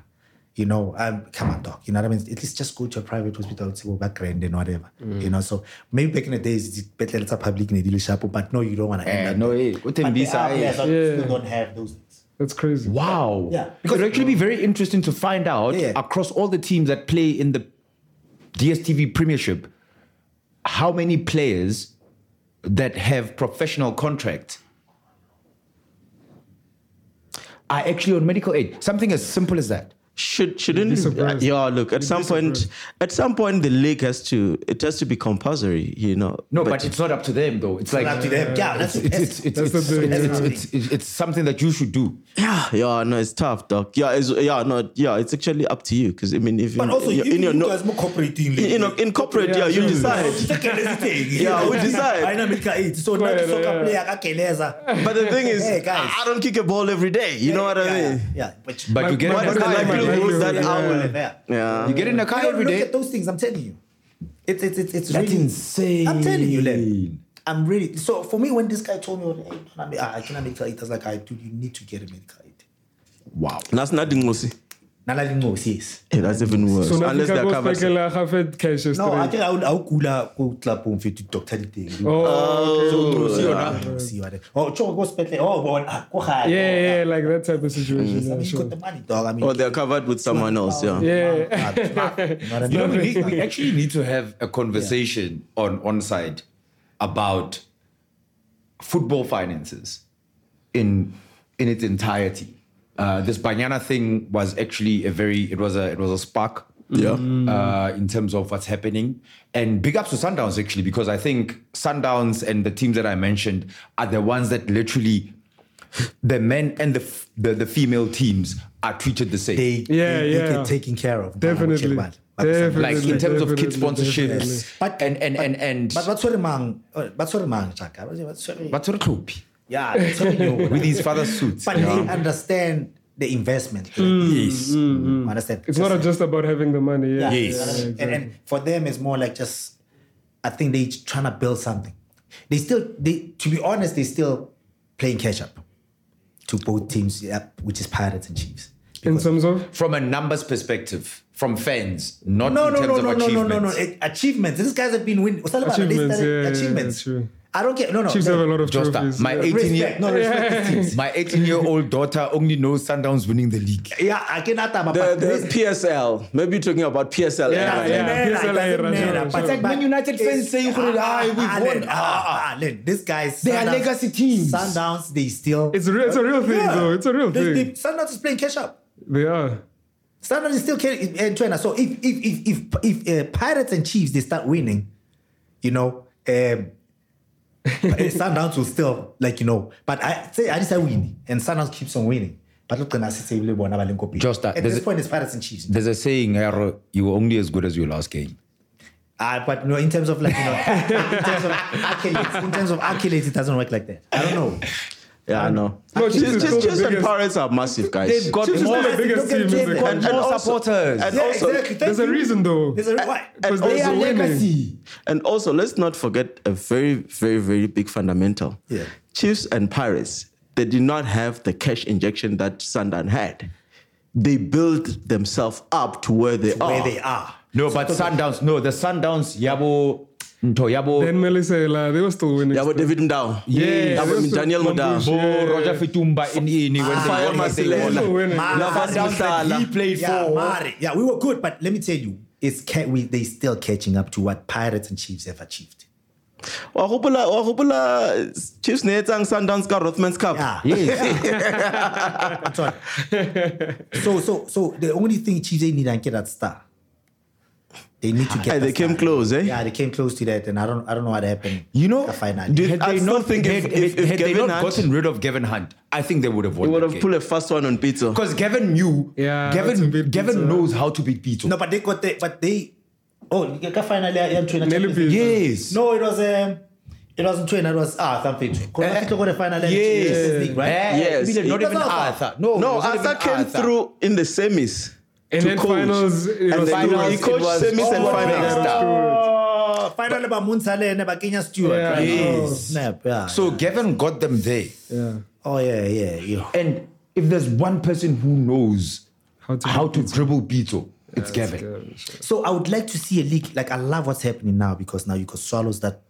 Speaker 5: You know, um, come on, doc. You know what I mean? At least just go to a private hospital to go back grand and whatever.
Speaker 4: Mm.
Speaker 5: You know, so maybe back in the days, it's better it's a public in a shapo, but no, you don't want to end
Speaker 3: Eh,
Speaker 5: up.
Speaker 3: no,
Speaker 5: there.
Speaker 3: eh, go
Speaker 5: But there
Speaker 3: Tembisa,
Speaker 5: are
Speaker 3: eh.
Speaker 5: players that
Speaker 6: uh, Yeah.
Speaker 5: still don't have those things.
Speaker 6: That's crazy.
Speaker 3: Wow.
Speaker 5: Yeah.
Speaker 3: It would actually be very interesting to find out
Speaker 5: Yeah.
Speaker 3: across all the teams that play in the DSTV Premiership, how many players that have professional contracts are actually on medical aid. Something as simple as that.
Speaker 4: Should shouldn't
Speaker 6: surprised.
Speaker 4: yeah look at some point
Speaker 6: surprised.
Speaker 4: at some point the league has to it has to be compulsory you know
Speaker 3: No, but, it's not up to them though. It's like
Speaker 5: Up to them. Yeah, that's
Speaker 3: It's it's it's
Speaker 6: That's
Speaker 3: it's,
Speaker 6: the
Speaker 3: it's,
Speaker 6: thing,
Speaker 3: it's,
Speaker 5: yeah.
Speaker 3: it's- it's- it's something that you should do.
Speaker 4: yeah yeah no it's tough doc yeah it's yeah no yeah it's actually up to you because I mean if
Speaker 5: But
Speaker 4: you,
Speaker 5: also, you,
Speaker 4: you're
Speaker 5: you,
Speaker 4: in your no-
Speaker 5: guys more cooperating. like-
Speaker 4: you know in corporate yeah,
Speaker 6: Yeah,
Speaker 4: you
Speaker 6: sure.
Speaker 4: decide Yeah, we decide.
Speaker 5: I know America eight. So now
Speaker 6: Right,
Speaker 5: the soccer
Speaker 6: yeah.
Speaker 5: player akageleza.
Speaker 4: but the thing is
Speaker 5: Hey, guys.
Speaker 4: I don't kick a ball every day you know what
Speaker 5: yeah,
Speaker 4: I mean
Speaker 5: Yeah, yeah. But,
Speaker 3: But you get
Speaker 4: what
Speaker 3: in
Speaker 4: is
Speaker 3: a
Speaker 4: the
Speaker 3: car every day.
Speaker 6: likelihood?
Speaker 4: likelihood that
Speaker 5: yeah,
Speaker 4: I
Speaker 5: yeah,
Speaker 4: will
Speaker 5: yeah.
Speaker 4: yeah
Speaker 3: You get in a
Speaker 5: I
Speaker 3: car
Speaker 5: don't
Speaker 3: every
Speaker 5: look
Speaker 3: day.
Speaker 5: at those things. I'm telling you, it's it's it's it's
Speaker 3: That's
Speaker 5: really-
Speaker 3: insane.
Speaker 5: I'm telling you, Len. I'm really so. For me, when this guy told me, hey, I mean, I cannot make it. I was like, I do. You need to get a medical aid.
Speaker 3: Wow.
Speaker 4: that's nothing Ngosi
Speaker 5: Nala limos, yes.
Speaker 4: yeah, that's even worse
Speaker 6: So
Speaker 4: unless
Speaker 6: Unless
Speaker 4: they're
Speaker 6: goes
Speaker 4: covered
Speaker 6: like a like, half head cash yesterday.
Speaker 5: No, I think I would I would kula go club home to doctor thing.
Speaker 6: Oh, okay.
Speaker 5: See what? I- Oh, choko go spend. Oh, bon, ah, go hard.
Speaker 6: yeah, yeah, like that type of situation.
Speaker 5: I
Speaker 6: yeah,
Speaker 5: mean, you
Speaker 6: sure. Oh,
Speaker 5: got the money, dog. I mean,
Speaker 4: or they're covered with someone else yeah
Speaker 6: Yeah.
Speaker 5: Ah, ah, you know what I
Speaker 3: You know, we,
Speaker 5: mean?
Speaker 3: need- we actually need to have a conversation on on side about football finances in in its entirety. Uh, this Banyana thing was actually a very it was a it was a spark
Speaker 4: yeah
Speaker 3: uh, in terms of what's happening. And big ups to Sundowns actually, because I think Sundowns and the teams that I mentioned are the ones that literally the men and the f- the, the female teams are treated the same.
Speaker 5: They,
Speaker 6: Yeah,
Speaker 5: they, they
Speaker 6: yeah.
Speaker 5: get taken care of.
Speaker 6: Definitely.
Speaker 5: But,
Speaker 6: Definitely.
Speaker 3: like in terms of kid
Speaker 6: Definitely,
Speaker 3: sponsorships
Speaker 6: definitely.
Speaker 5: But-
Speaker 3: and and and and
Speaker 5: but Uh, what's your man? What's your man, Chaka? What's your
Speaker 3: But sort of Klopp,
Speaker 5: Yeah, that's what you
Speaker 3: with his father's suits.
Speaker 5: But they understand the investment.
Speaker 3: Yes.
Speaker 5: Mm, Understand?
Speaker 6: It's not
Speaker 5: Just-
Speaker 6: just about having the money. Yeah.
Speaker 5: Yeah, and, and, and for them, it's more like just, I think they trying to build something. They still, they to be honest, they still playing catch up to both teams, yeah, which is Pirates and Chiefs.
Speaker 6: In terms of
Speaker 3: From a numbers perspective, from fans, not
Speaker 5: No,
Speaker 3: in
Speaker 5: no,
Speaker 3: terms
Speaker 5: no,
Speaker 3: of
Speaker 5: no, no,
Speaker 3: achievements.
Speaker 5: no, no, no. It- Achievements. These guys have been winning.
Speaker 6: Achievements,
Speaker 5: Achievements.
Speaker 6: yeah, yeah,
Speaker 5: achievements.
Speaker 6: yeah, true.
Speaker 5: I don't care. No, no.
Speaker 6: Chiefs
Speaker 5: no.
Speaker 6: have a lot of
Speaker 3: Josta,
Speaker 6: trophies.
Speaker 3: my
Speaker 6: yeah.
Speaker 3: eight- 18 year-
Speaker 5: respect. No, respect these teams.
Speaker 3: My 18 year old daughter only knows Sundowns winning the league.
Speaker 5: Yeah, I cannot have a
Speaker 4: the,
Speaker 5: but
Speaker 4: the
Speaker 5: this-
Speaker 4: PSL maybe you're talking about PSL
Speaker 6: Yeah,
Speaker 5: doesn't
Speaker 6: yeah. PSL,
Speaker 5: matter, it
Speaker 6: right,
Speaker 5: doesn't matter.
Speaker 6: right,
Speaker 5: But
Speaker 6: right.
Speaker 5: Man
Speaker 3: United
Speaker 5: it's-
Speaker 3: fans saying, "Well, ah, we've
Speaker 5: eh, ah,
Speaker 3: won."
Speaker 5: Len, ah, ah, Len, these guys.
Speaker 3: They are
Speaker 5: Sundowns-
Speaker 3: legacy teams.
Speaker 5: Sundowns, they still.
Speaker 6: It's a real- it's a real thing, though. It's a real thing.
Speaker 5: They- they- Sundowns is playing catch up.
Speaker 6: they are.
Speaker 5: Sundowns is still carrying and China. So if if if if, if uh, Pirates and Chiefs they start winning, you know, um, eh, Sundowns will still like you know. But I say I just say win, and Sundowns keeps on winning. But look, I say we won.
Speaker 3: Just that-
Speaker 5: At
Speaker 3: there's
Speaker 5: this
Speaker 3: a-
Speaker 5: point, it's Pirates and Chiefs.
Speaker 3: There's a saying, Hero, you were only as good as your last game.
Speaker 5: Uh, but no, in terms of like you know, in terms of accolades, in terms of accolades, it doesn't work like that. I don't know.
Speaker 4: yeah I know
Speaker 6: No,
Speaker 4: just
Speaker 6: Chiefs is
Speaker 4: just,
Speaker 6: still the
Speaker 4: just the
Speaker 6: biggest-
Speaker 4: Pirates are massive guys
Speaker 3: They've got
Speaker 6: Chiefs is
Speaker 3: more
Speaker 6: still the biggest team in the
Speaker 5: And-
Speaker 6: country.
Speaker 4: and
Speaker 3: more
Speaker 4: also-
Speaker 3: supporters.
Speaker 4: and
Speaker 5: Yeah,
Speaker 4: also
Speaker 5: exactly. Thank
Speaker 6: There's a
Speaker 5: you.
Speaker 6: reason though.
Speaker 5: There's a why.
Speaker 6: Because
Speaker 4: and
Speaker 6: there's
Speaker 4: also-
Speaker 6: a winning.
Speaker 4: And also, let's not forget a very, very, very big fundamental.
Speaker 5: Yeah.
Speaker 4: Chiefs and Pirates, they did not have the cash injection that Sundan had. They built themselves up to where they are.
Speaker 6: Oh.
Speaker 5: Where they are.
Speaker 3: No, but Sundowns, no, the Sundowns, Yabo, Nto Yabo,
Speaker 6: Then Melisela, they were still winning.
Speaker 4: Yeah, but David Mdao.
Speaker 6: Yeah,
Speaker 4: Yeah, but
Speaker 6: they were
Speaker 4: Daniel
Speaker 6: still
Speaker 4: Mudau.
Speaker 6: bamboozled.
Speaker 3: Bo, Roger Fitumba, in Ini, when
Speaker 4: Fire
Speaker 3: they won, what they won.
Speaker 4: Masilela.
Speaker 6: Still winning.
Speaker 5: Ma-
Speaker 4: Lava
Speaker 5: Sundowns
Speaker 3: that
Speaker 4: Smithala.
Speaker 3: he played
Speaker 5: Yeah,
Speaker 3: for.
Speaker 5: Mari. yeah, we were good, but let me tell you, it's ca- we they still catching up to what Pirates and Chiefs have achieved.
Speaker 4: Wa hopola- wa hopola Chiefs ne etsang Sundowns ka Rothmans Cup.
Speaker 5: Yeah. That's all. So so so the only thing Chiefs they need and get that star. They need to get.
Speaker 4: Hey,
Speaker 5: that
Speaker 4: they came
Speaker 5: star.
Speaker 4: close, eh?
Speaker 5: Yeah, they came close to that, and I don't I don't know what happened.
Speaker 3: You know,
Speaker 5: the final.
Speaker 4: do you-
Speaker 3: had
Speaker 4: I
Speaker 3: they
Speaker 4: still
Speaker 3: not,
Speaker 4: think if-
Speaker 3: had,
Speaker 4: if-
Speaker 3: had-
Speaker 4: if
Speaker 3: had they
Speaker 4: Gavin
Speaker 3: not
Speaker 4: Hunt-
Speaker 3: gotten rid of Gavin Hunt, I think they would have won.
Speaker 4: They would
Speaker 3: that
Speaker 4: have
Speaker 3: game.
Speaker 4: pulled a fast one on Pizzo.
Speaker 3: Because Gavin knew,
Speaker 6: Yeah, how to
Speaker 3: Gavin,
Speaker 6: beat
Speaker 3: Gavin
Speaker 6: Pizzo.
Speaker 3: knows how to beat Pito.
Speaker 5: No, but they got the but they oh you got finally in
Speaker 6: Nelly
Speaker 5: Twitter.
Speaker 6: Pizzo.
Speaker 3: yes.
Speaker 5: No, it was um it wasn't Twitter, it was ah something. Corona got the final
Speaker 3: Eh. yes.
Speaker 5: yes. thing, right?
Speaker 3: Eh,
Speaker 4: Yes.
Speaker 3: Even, not
Speaker 4: It
Speaker 5: was
Speaker 3: even
Speaker 5: Arthur.
Speaker 3: Arthur. No, Oh, it
Speaker 4: No,
Speaker 3: wasn't
Speaker 4: Arthur
Speaker 3: even
Speaker 4: came
Speaker 3: Arthur.
Speaker 4: through in the semis.
Speaker 6: And
Speaker 4: to
Speaker 6: then
Speaker 4: coach.
Speaker 6: finals, it
Speaker 4: and
Speaker 6: was
Speaker 4: then
Speaker 6: finals,
Speaker 4: he coached
Speaker 3: it was
Speaker 4: semis and
Speaker 3: all
Speaker 4: finals.
Speaker 3: mixed up.
Speaker 5: Oh, finally, Bamunza Lene, Bakenya Stewart.
Speaker 6: Yeah.
Speaker 5: right? Oh,
Speaker 3: Yes.
Speaker 5: snap. Yeah.
Speaker 3: So Gavin got them there.
Speaker 6: Yeah.
Speaker 5: oh, yeah, yeah, yeah.
Speaker 3: And if there's one person who knows
Speaker 6: How to
Speaker 3: how to dribble Beto, it's Gavin.
Speaker 5: So I would like to see a league. Like, I love what's happening now because now you got Swallows that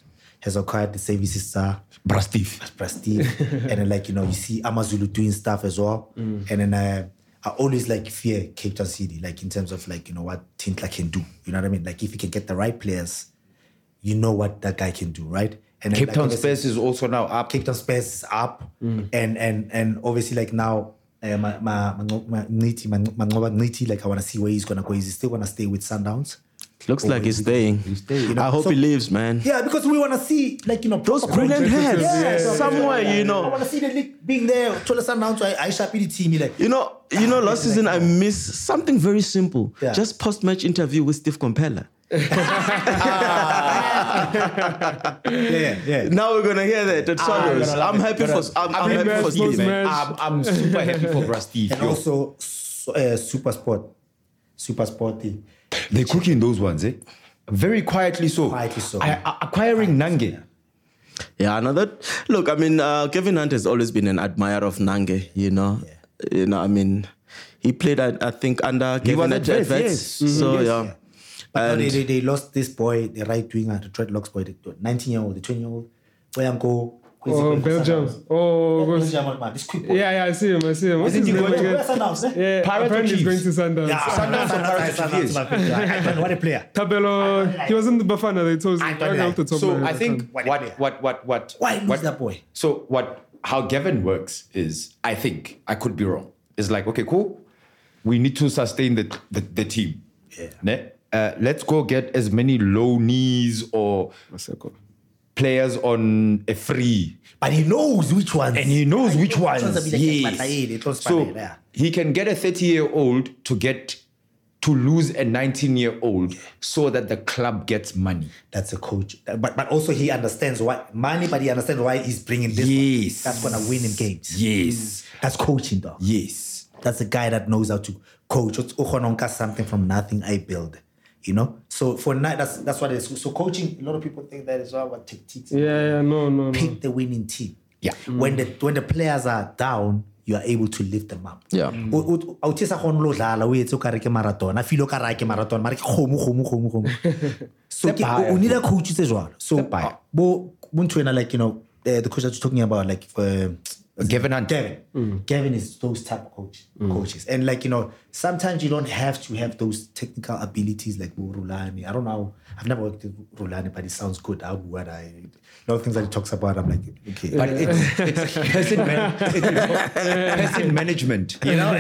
Speaker 5: has acquired the services star.
Speaker 3: Brastif.
Speaker 5: prestige. and then like you know, you see Amazulu doing stuff as well.
Speaker 3: Mm.
Speaker 5: And then uh, I always like fear Cape Town City, like in terms of like you know what Tintla can do. You know what I mean? Like if you can get the right players, you know what that guy can do, right? And then,
Speaker 3: Cape
Speaker 5: like,
Speaker 3: Town
Speaker 5: obviously-
Speaker 3: Spurs is Mm. also now up.
Speaker 5: Cape Town Spurs is up, and and and obviously like now. Uh, my my my Niti, my my Niti, like I want to see where he's gonna go. Is he still gonna stay with Sundowns?
Speaker 4: Looks like he's staying.
Speaker 5: You know,
Speaker 4: I hope
Speaker 5: so-
Speaker 4: he leaves, man.
Speaker 5: Yeah, because we want to see like you know those
Speaker 4: Brilliant heads.
Speaker 5: Yeah.
Speaker 4: Somewhere, you
Speaker 5: I
Speaker 4: know.
Speaker 5: want to see the league being there. Thola Sundowns, I, I sharpie the team. Like
Speaker 4: You know, you know, last season I missed something very simple.
Speaker 5: Yeah.
Speaker 4: Just post-match interview with Steve Compella.
Speaker 5: yeah, yeah.
Speaker 4: Now we're gonna hear that at Swallows. I'm, happy for I'm, I'm
Speaker 6: Happy
Speaker 4: happy for
Speaker 6: Match,
Speaker 4: Steve.
Speaker 6: Post
Speaker 4: man.
Speaker 6: Match.
Speaker 3: I'm, I'm super happy for
Speaker 5: And
Speaker 3: Brastif.
Speaker 5: also su- uh, super sport, super sporty.
Speaker 3: They're cooking those ones, eh? Very quietly so.
Speaker 5: Quietly so.
Speaker 3: I- I- acquiring Nange.
Speaker 4: Yeah, another look. I mean, uh, Kevin Hunt has always been an admirer of Nange. You know, you know. I mean, he played, I, I think, under Kevin
Speaker 3: was
Speaker 4: at
Speaker 3: at Vets,
Speaker 4: Vets.
Speaker 3: yes.
Speaker 4: So yeah.
Speaker 5: But now they, they, they lost this boy, the right winger, the Dreadlocks boy, the 19 year old, the 20 year old, Boyanko.
Speaker 6: Oh, Belgium. Oh, what's-
Speaker 5: Belgium, man. This quick boy.
Speaker 6: yeah, yeah, I see him. I see him. What's
Speaker 3: Isn't
Speaker 6: his
Speaker 3: he
Speaker 6: name
Speaker 3: going to-
Speaker 5: Where's
Speaker 6: again?
Speaker 5: Sundowns, eh?
Speaker 6: Yeah,
Speaker 3: Pirate
Speaker 6: apparently he's going
Speaker 3: Chiefs?
Speaker 6: to Sundowns.
Speaker 5: Yeah, Sundowns, Sundowns, Sundowns, my picture. I- I- What a player.
Speaker 6: Tabello, he was in the Bafana. They told
Speaker 5: I
Speaker 6: him.
Speaker 5: don't like-
Speaker 6: off the top of
Speaker 3: So
Speaker 6: my head,
Speaker 3: I think
Speaker 6: can't-
Speaker 3: what what what what
Speaker 5: Why lose
Speaker 3: what-
Speaker 5: that boy?
Speaker 3: So what how Gavin works is I think I could be wrong. It's like okay, cool. We need to sustain the the, the team. Yeah. Ne? Uh, let's go get as many low knees or players on a free,
Speaker 5: But he knows which ones.
Speaker 3: and he knows which
Speaker 5: knows
Speaker 3: ones.
Speaker 5: which ones are like
Speaker 3: yes.
Speaker 5: Matlaele, it was
Speaker 3: so
Speaker 5: Fanele, yeah.
Speaker 3: he can get a thirty-year-old to get to lose a nineteen-year-old, so that the club gets money.
Speaker 5: That's a coach. Uh, But but also he understands why money, but he understands why he's bringing this. one.
Speaker 3: Yes.
Speaker 5: That's gonna win him games.
Speaker 3: Yes.
Speaker 5: That's coaching, though.
Speaker 3: Yes.
Speaker 5: That's a guy that knows how to coach. It's ukhononka something from nothing I build. You know? So for now, that's that's what it is. So coaching, a lot of people think that is all about tactics.
Speaker 6: Yeah, yeah, no, no, no.
Speaker 5: Pick the winning team.
Speaker 3: Yeah.
Speaker 5: When the when the players are down, you are able to lift them up.
Speaker 4: Yeah.
Speaker 5: O- o- a o thesa go nlo dlala, o etse o kare ke marathon. A feel o kare ha ke marathon, mara ke kgomo, kgomo, kgomo, kgomo. So ke- o- o need a coach tse jwalo. So uh, bo bo ntho ena, like you know, uh, the coach that you're talking about like uh,
Speaker 3: Gavin Hunt. Mm.
Speaker 5: Gavin. Gavin is those type of coach, coaches. And like, you know, sometimes you don't have to have those technical abilities like Bo Rulani. I don't know. I've never worked with Rulani, but it sounds good. I would I you know things that he talks about. I'm like, okay.
Speaker 3: But it's, it's person, man- it's person management.
Speaker 5: you know,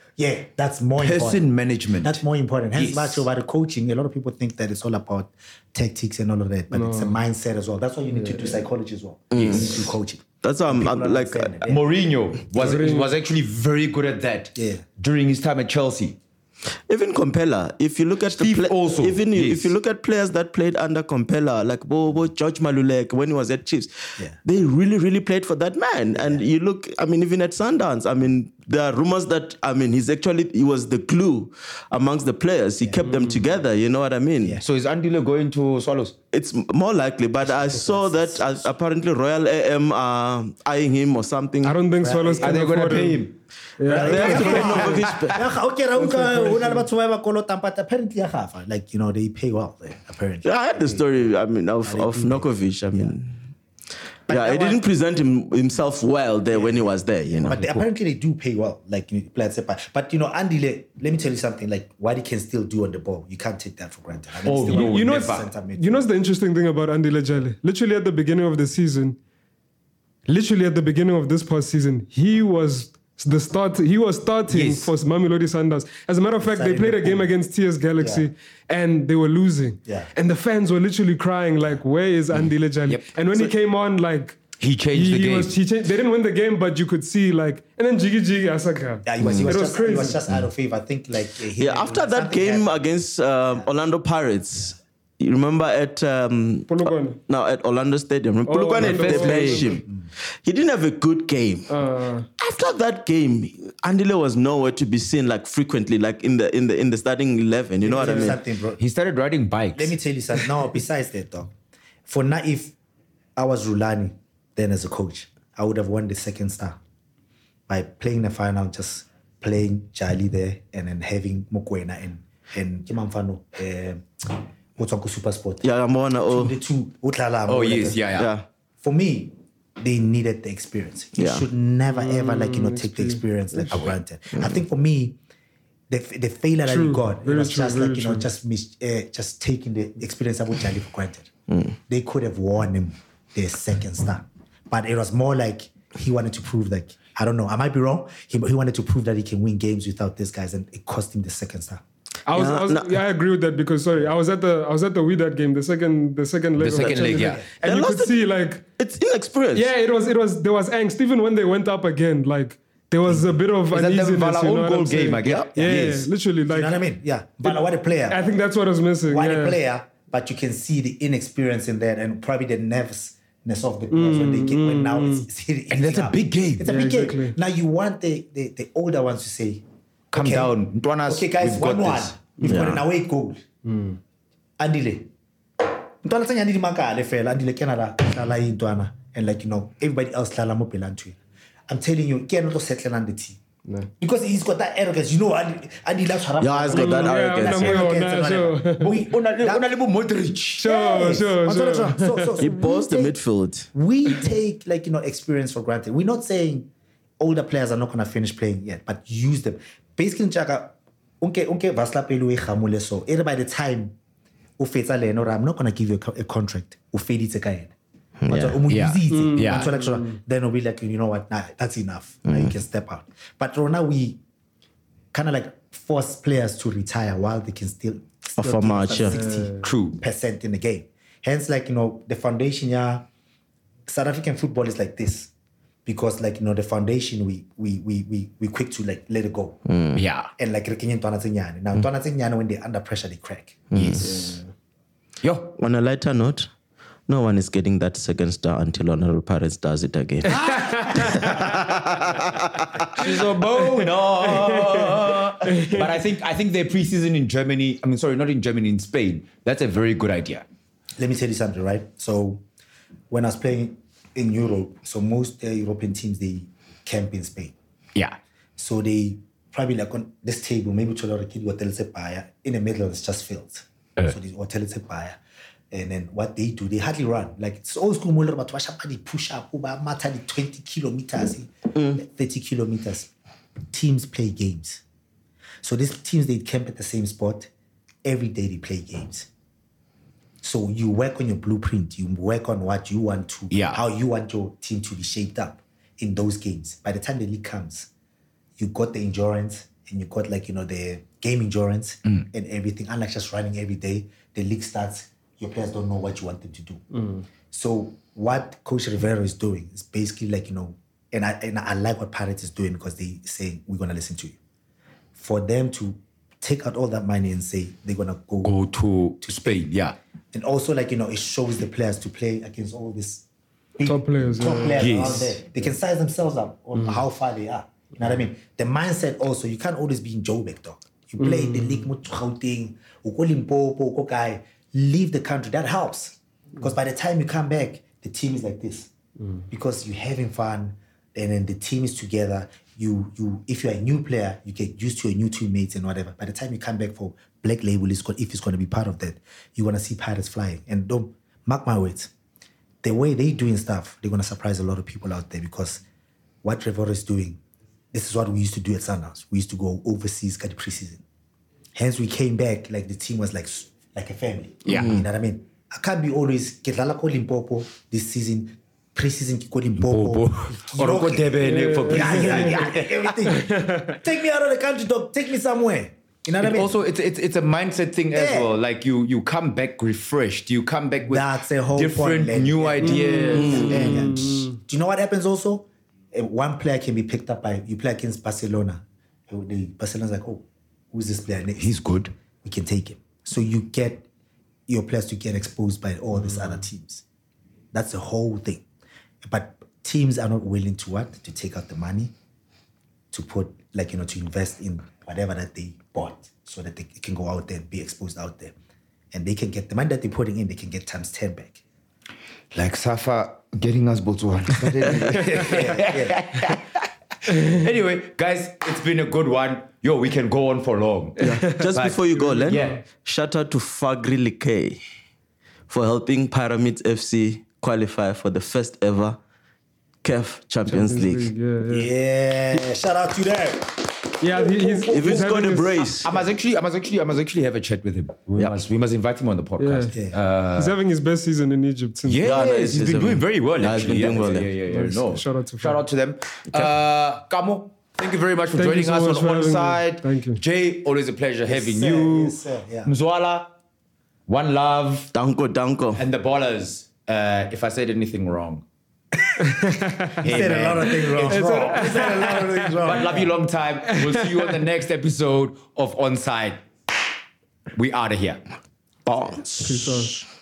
Speaker 5: yeah, that's more important.
Speaker 3: Person management.
Speaker 5: That's more important. Hence,
Speaker 3: Yes.
Speaker 5: yes. about the coaching, a lot of people think that it's all about tactics and all of that, but it's a mindset as well. That's why you need to do psychology as well. You need to do coaching.
Speaker 4: That's why I'm, I'm
Speaker 5: People
Speaker 4: like.
Speaker 5: understand it, yeah.
Speaker 3: Mourinho was was actually very good at that
Speaker 5: Yeah.
Speaker 3: during his time at Chelsea.
Speaker 4: Even Compella, if you look at
Speaker 3: Steve
Speaker 4: the
Speaker 3: also,
Speaker 4: even you-
Speaker 3: yes.
Speaker 4: if you look at players that played under Compella, like Bo, Bo George Malulek when he was at Chiefs,
Speaker 5: Yeah.
Speaker 4: they really, really played for that man. And you look, I mean, even at Sundowns, I mean, there are rumors that I mean he's actually he was the glue amongst the players. He kept
Speaker 5: Mm.
Speaker 4: them together. You know what I mean?
Speaker 3: So is Andile going to Swallows?
Speaker 4: It's m- more likely, but I saw that uh, apparently Royal AM are eyeing him or something.
Speaker 6: I don't think Swallows
Speaker 3: Are
Speaker 6: can
Speaker 3: they going to
Speaker 6: afford
Speaker 3: pay
Speaker 6: him.
Speaker 3: him?
Speaker 4: They have to pay Novakovic back.
Speaker 5: Yeah, okay, Rauka, o na le batho ba ba kolotang, but apparently I have. Like, you know, they pay well there, apparently.
Speaker 4: I heard the story. I mean, of of Nokovic. I mean, yeah, he
Speaker 5: that
Speaker 4: didn't present him, himself well there when he was there. You know,
Speaker 5: But they, apparently they do pay well, like you know, players say, but, but you know, Andy, le- let me tell you something. Like what he can still do on the ball, you can't take that for granted. I mean,
Speaker 3: Oh,
Speaker 5: still
Speaker 3: you-
Speaker 5: one of
Speaker 6: you
Speaker 5: the
Speaker 6: know,
Speaker 5: best
Speaker 3: never.
Speaker 5: centre midfield.
Speaker 6: You know what's the interesting thing about Andy Lejale? Literally at the beginning of the season, literally at the beginning of this past season, he was the start. He was starting
Speaker 3: Yes.
Speaker 6: for Mamelodi Sundowns. As a matter of fact, they
Speaker 5: Starting
Speaker 6: played
Speaker 5: the
Speaker 6: a game
Speaker 5: pool.
Speaker 6: against TS Galaxy and they were losing.
Speaker 5: Yeah.
Speaker 6: And the fans were literally crying like, "Where is Andy Lejale?"
Speaker 3: Mm. Yep.
Speaker 6: And when he came on, like.
Speaker 3: He changed the
Speaker 6: he
Speaker 3: game.
Speaker 6: was- he changed, they didn't win the game, but you could see like, and then Jiggy Jiggy Asaka.
Speaker 5: yeah, he was, he was
Speaker 6: it was
Speaker 5: just,
Speaker 6: crazy.
Speaker 5: He was just out of favor. I think like uh, he-
Speaker 4: yeah. After that
Speaker 5: something
Speaker 4: game
Speaker 5: happened.
Speaker 4: against um, Orlando Pirates, you remember at um,
Speaker 6: Polokwane.
Speaker 4: uh, no at Orlando Stadium, Polokwane
Speaker 6: Orlando
Speaker 4: they
Speaker 6: Stadium.
Speaker 4: played him. He didn't have a good game.
Speaker 6: Uh,
Speaker 4: After that game, Andile was nowhere to be seen like frequently, like in the in the in the starting eleven. You know what I
Speaker 5: Tell you
Speaker 4: mean?
Speaker 5: something, bro.
Speaker 7: He started riding bikes.
Speaker 5: Let me tell you something. Now, besides that, dog, for now, if I was Rulani then as a coach, I would have won the second star by playing the final, just playing Jali there and then having Mukwena and and Kimamfano, uh, Super Sport.
Speaker 4: Yeah, I'm one. Oh,
Speaker 5: The two, Utlala,
Speaker 7: oh yes, yeah, yeah.
Speaker 4: yeah.
Speaker 5: For me, they needed the experience. You
Speaker 4: Yeah.
Speaker 5: should never ever like you know
Speaker 6: Mm,
Speaker 5: take the experience like for granted. I think for me, the f- the failure that
Speaker 6: True.
Speaker 5: we got it
Speaker 6: Very
Speaker 5: was
Speaker 6: true,
Speaker 5: just
Speaker 6: very
Speaker 5: like you know
Speaker 6: true.
Speaker 5: just mis- uh, just taking the experience about Charlie for granted. They could have won him the second star, but it was more like he wanted to prove like I don't know. I might be wrong. He, he wanted to prove that he can win games without these guys, and it cost him the second star.
Speaker 6: I was,
Speaker 4: No,
Speaker 6: I, was
Speaker 4: no.
Speaker 6: yeah, I agree with that because sorry, I was at the I was at the We that game, the second the second leg. of
Speaker 7: second leg,
Speaker 6: Champions
Speaker 7: yeah.
Speaker 6: And
Speaker 4: They
Speaker 6: you
Speaker 4: lost
Speaker 6: could
Speaker 4: it.
Speaker 6: see like
Speaker 4: It's inexperienced.
Speaker 6: yeah, it was it was there was angst even when they went up again. Like there was a bit of
Speaker 7: that the
Speaker 6: uneasiness.
Speaker 7: Vala
Speaker 6: you know
Speaker 7: own
Speaker 6: what
Speaker 7: goal
Speaker 6: I'm
Speaker 7: game
Speaker 6: saying?
Speaker 7: again?
Speaker 6: Yeah,
Speaker 7: Yes.
Speaker 6: literally like
Speaker 5: You know what I mean? Yeah. But what a player!
Speaker 6: I think that's what I was missing.
Speaker 5: one
Speaker 6: yeah.
Speaker 5: player, but you can see the inexperience in that and probably the nervousness of the players when they get when now it's, it's hitting.
Speaker 7: And that's a big game.
Speaker 5: It's a
Speaker 6: Yeah,
Speaker 5: big
Speaker 6: exactly.
Speaker 5: game. Now you want the, the, the older ones to say,
Speaker 7: Calm
Speaker 5: okay,
Speaker 7: down, Ntwanas.
Speaker 5: Okay, guys,
Speaker 7: we've got
Speaker 5: one one.
Speaker 7: this.
Speaker 5: We've got an away goal. Andile. Ntwana tsenya ndi makale fela andile kena la hlala intwana and like you know everybody else hlala mo belantwini. I'm telling you, Ken to settle on the team. Because he's got that arrogance, you know, and and he loves
Speaker 4: Yeah, it's
Speaker 5: Mm.
Speaker 4: got that
Speaker 6: Yeah,
Speaker 4: arrogance.
Speaker 6: I'm
Speaker 4: yeah.
Speaker 6: not- sure. Sure, sure, sure.
Speaker 4: He boasts the midfield.
Speaker 5: We take like you know experience for granted. We're not saying older players are not gonna finish playing yet, but use them. Basically, Chaka, unke unke vasla pelu ihamule so. Either by the time ufetsa leno or I'm not gonna give you a, co- a contract. Ufeditse ka yena. Mathola, umu
Speaker 7: Yeah. Mm.
Speaker 5: use it.
Speaker 7: Yeah. Mm.
Speaker 5: Mathola kusho, Then we'll be like, you know what, nah, that's enough. Now you can step out. But right now we kind of like force players to retire while they can still, still
Speaker 4: Offer much, yeah.
Speaker 7: True.
Speaker 5: percent in the game. Hence, like you know, the foundation, yeah, South African football is like this because, like you know, the foundation we we we we we quick to like let it go
Speaker 4: Mm.
Speaker 7: Yeah.
Speaker 5: and like Rikinyan Twanatsenyane. Now Twanatsenyane, when they're under pressure, they crack.
Speaker 4: Mm.
Speaker 7: Yes. Yo.
Speaker 4: On a lighter note, no one is getting that second star until Honorable Pirates does it again.
Speaker 7: but I think I think their preseason in Germany, I mean sorry, not in Germany, in Spain, that's a very good idea.
Speaker 5: Let me tell you something, right? So, when I was playing in Europe, so most uh, European teams they camp in Spain.
Speaker 7: Yeah.
Speaker 5: So they probably like on this table, maybe to a kid hotel is a buyer. In the middle it's just filled. So this hotel is a buyer. And then what they do, they hardly run. Like it's old school Muller, but wash up they push up over matter the 20 kilometers, 30 kilometers. Teams play games. So these teams they camp at the same spot. Every day they play games. So you work on your blueprint. You work on what you want to,
Speaker 7: Yeah.
Speaker 5: how you want your team to be shaped up in those games. By the time the league comes, you got the endurance and you got like you know the game endurance and everything. Unlike just running every day, the league starts. Your players don't know what you want them to do.
Speaker 6: Mm.
Speaker 5: So what Coach Rivera is doing is basically like you know, and I and I like what Pirates is doing because they say we're gonna listen to you. For them to take out all that money and say they're gonna go
Speaker 7: Go to, to Spain. Yeah.
Speaker 5: and also like you know it shows the players to play against all these big
Speaker 6: Top players,
Speaker 5: top
Speaker 6: yeah.
Speaker 5: players
Speaker 7: Yes.
Speaker 5: out there. They can size themselves up on how far they are. You know what I mean? The mindset also you can't always be in Joburg, dog. You play in the league, mo Gauteng, o ko Limpopo, o ko kae. leave the country. That helps because by the time you come back, the team is like this because you're having fun, and then the team is together. You you if you're a new player, you get used to your new teammates and whatever. By the time you come back for Black Label, is if it's going to be part of that, you want to see pirates flying. And don't mark my words the way they doing stuff, they're gonna surprise a lot of people out there because what Trevor is doing, this is what we used to do at Sundowns. We used to go overseas at the preseason. Hence, we came back like the team was like s- like a family.
Speaker 7: Yeah.
Speaker 5: you know what I mean. I can't be always Kedlala ko Limpopo this season, preseason ko Limpopo, Oh. You
Speaker 7: Or
Speaker 5: know,
Speaker 7: go Durban for
Speaker 5: yeah,
Speaker 7: preseason.
Speaker 5: yeah, yeah, everything. Take me out of the country, dog. Take me somewhere. You know what I mean?
Speaker 7: Also, it's, it's it's a mindset thing as
Speaker 5: Yeah.
Speaker 7: well. Like you you come back refreshed. You come back with
Speaker 5: That's the whole
Speaker 7: different
Speaker 5: point, Lenny. Mm.
Speaker 7: new ideas. Mm.
Speaker 5: Yeah, yeah. Do you know what happens also? Uh, One player can be picked up by you play against Barcelona. Uh, The Barcelona's like, oh, who's this player next?
Speaker 7: He's good.
Speaker 5: We can take him. So you get your players to get exposed by all these other teams. That's the whole thing. But teams are not willing to what? To take out the money to put like you know to invest in whatever that they bought so that they can go out there and be exposed out there and they can get the money that they're putting in they can get times 10 back
Speaker 7: Like Safa getting us Botswana.
Speaker 3: Anyway, guys, it's been a good one. Yo, we can go on for long.
Speaker 4: Just before you go, Len,
Speaker 3: Yeah.
Speaker 4: shout out to Fagri Likay for helping Pyramids FC qualify for the first ever CAF Champions, League.
Speaker 6: Yeah, yeah.
Speaker 5: yeah shout out to them
Speaker 6: yeah he- he's,
Speaker 4: If it's got
Speaker 6: having
Speaker 4: a
Speaker 6: his-
Speaker 4: brace,
Speaker 3: I must actually, I must actually, I must actually have a chat with him. We
Speaker 4: Yeah.
Speaker 3: must, we must invite him on the
Speaker 6: Yeah.
Speaker 3: podcast.
Speaker 6: he's having his best season in Egypt since.
Speaker 3: Yeah,
Speaker 4: no, it's-
Speaker 3: he's
Speaker 4: it's
Speaker 3: been doing
Speaker 4: amazing.
Speaker 3: very well.
Speaker 4: Yeah, he's
Speaker 3: actually.
Speaker 4: been doing
Speaker 3: yeah,
Speaker 4: well,
Speaker 3: Yeah,
Speaker 4: yeah.
Speaker 3: yeah, yeah,
Speaker 6: Nice.
Speaker 3: No.
Speaker 6: Shout out to
Speaker 3: shout out to them. Uh, Kamo, thank you very much for
Speaker 6: Thank
Speaker 3: joining
Speaker 6: you so
Speaker 3: us on
Speaker 6: much for
Speaker 3: one
Speaker 6: having me.
Speaker 3: side.
Speaker 6: Thank you.
Speaker 3: Jay, always a pleasure having
Speaker 5: sir.
Speaker 3: you.
Speaker 5: Yes, sir. Yeah.
Speaker 3: Mzwala, one love,
Speaker 4: Danko, Danko.
Speaker 3: and the ballers. Uh, if I said anything wrong,
Speaker 5: He said a lot of things wrong. He said a lot of things wrong.
Speaker 3: but love you long time. We'll see you on the next episode of Onside. We out of here.
Speaker 4: Bounce.
Speaker 6: Peace out.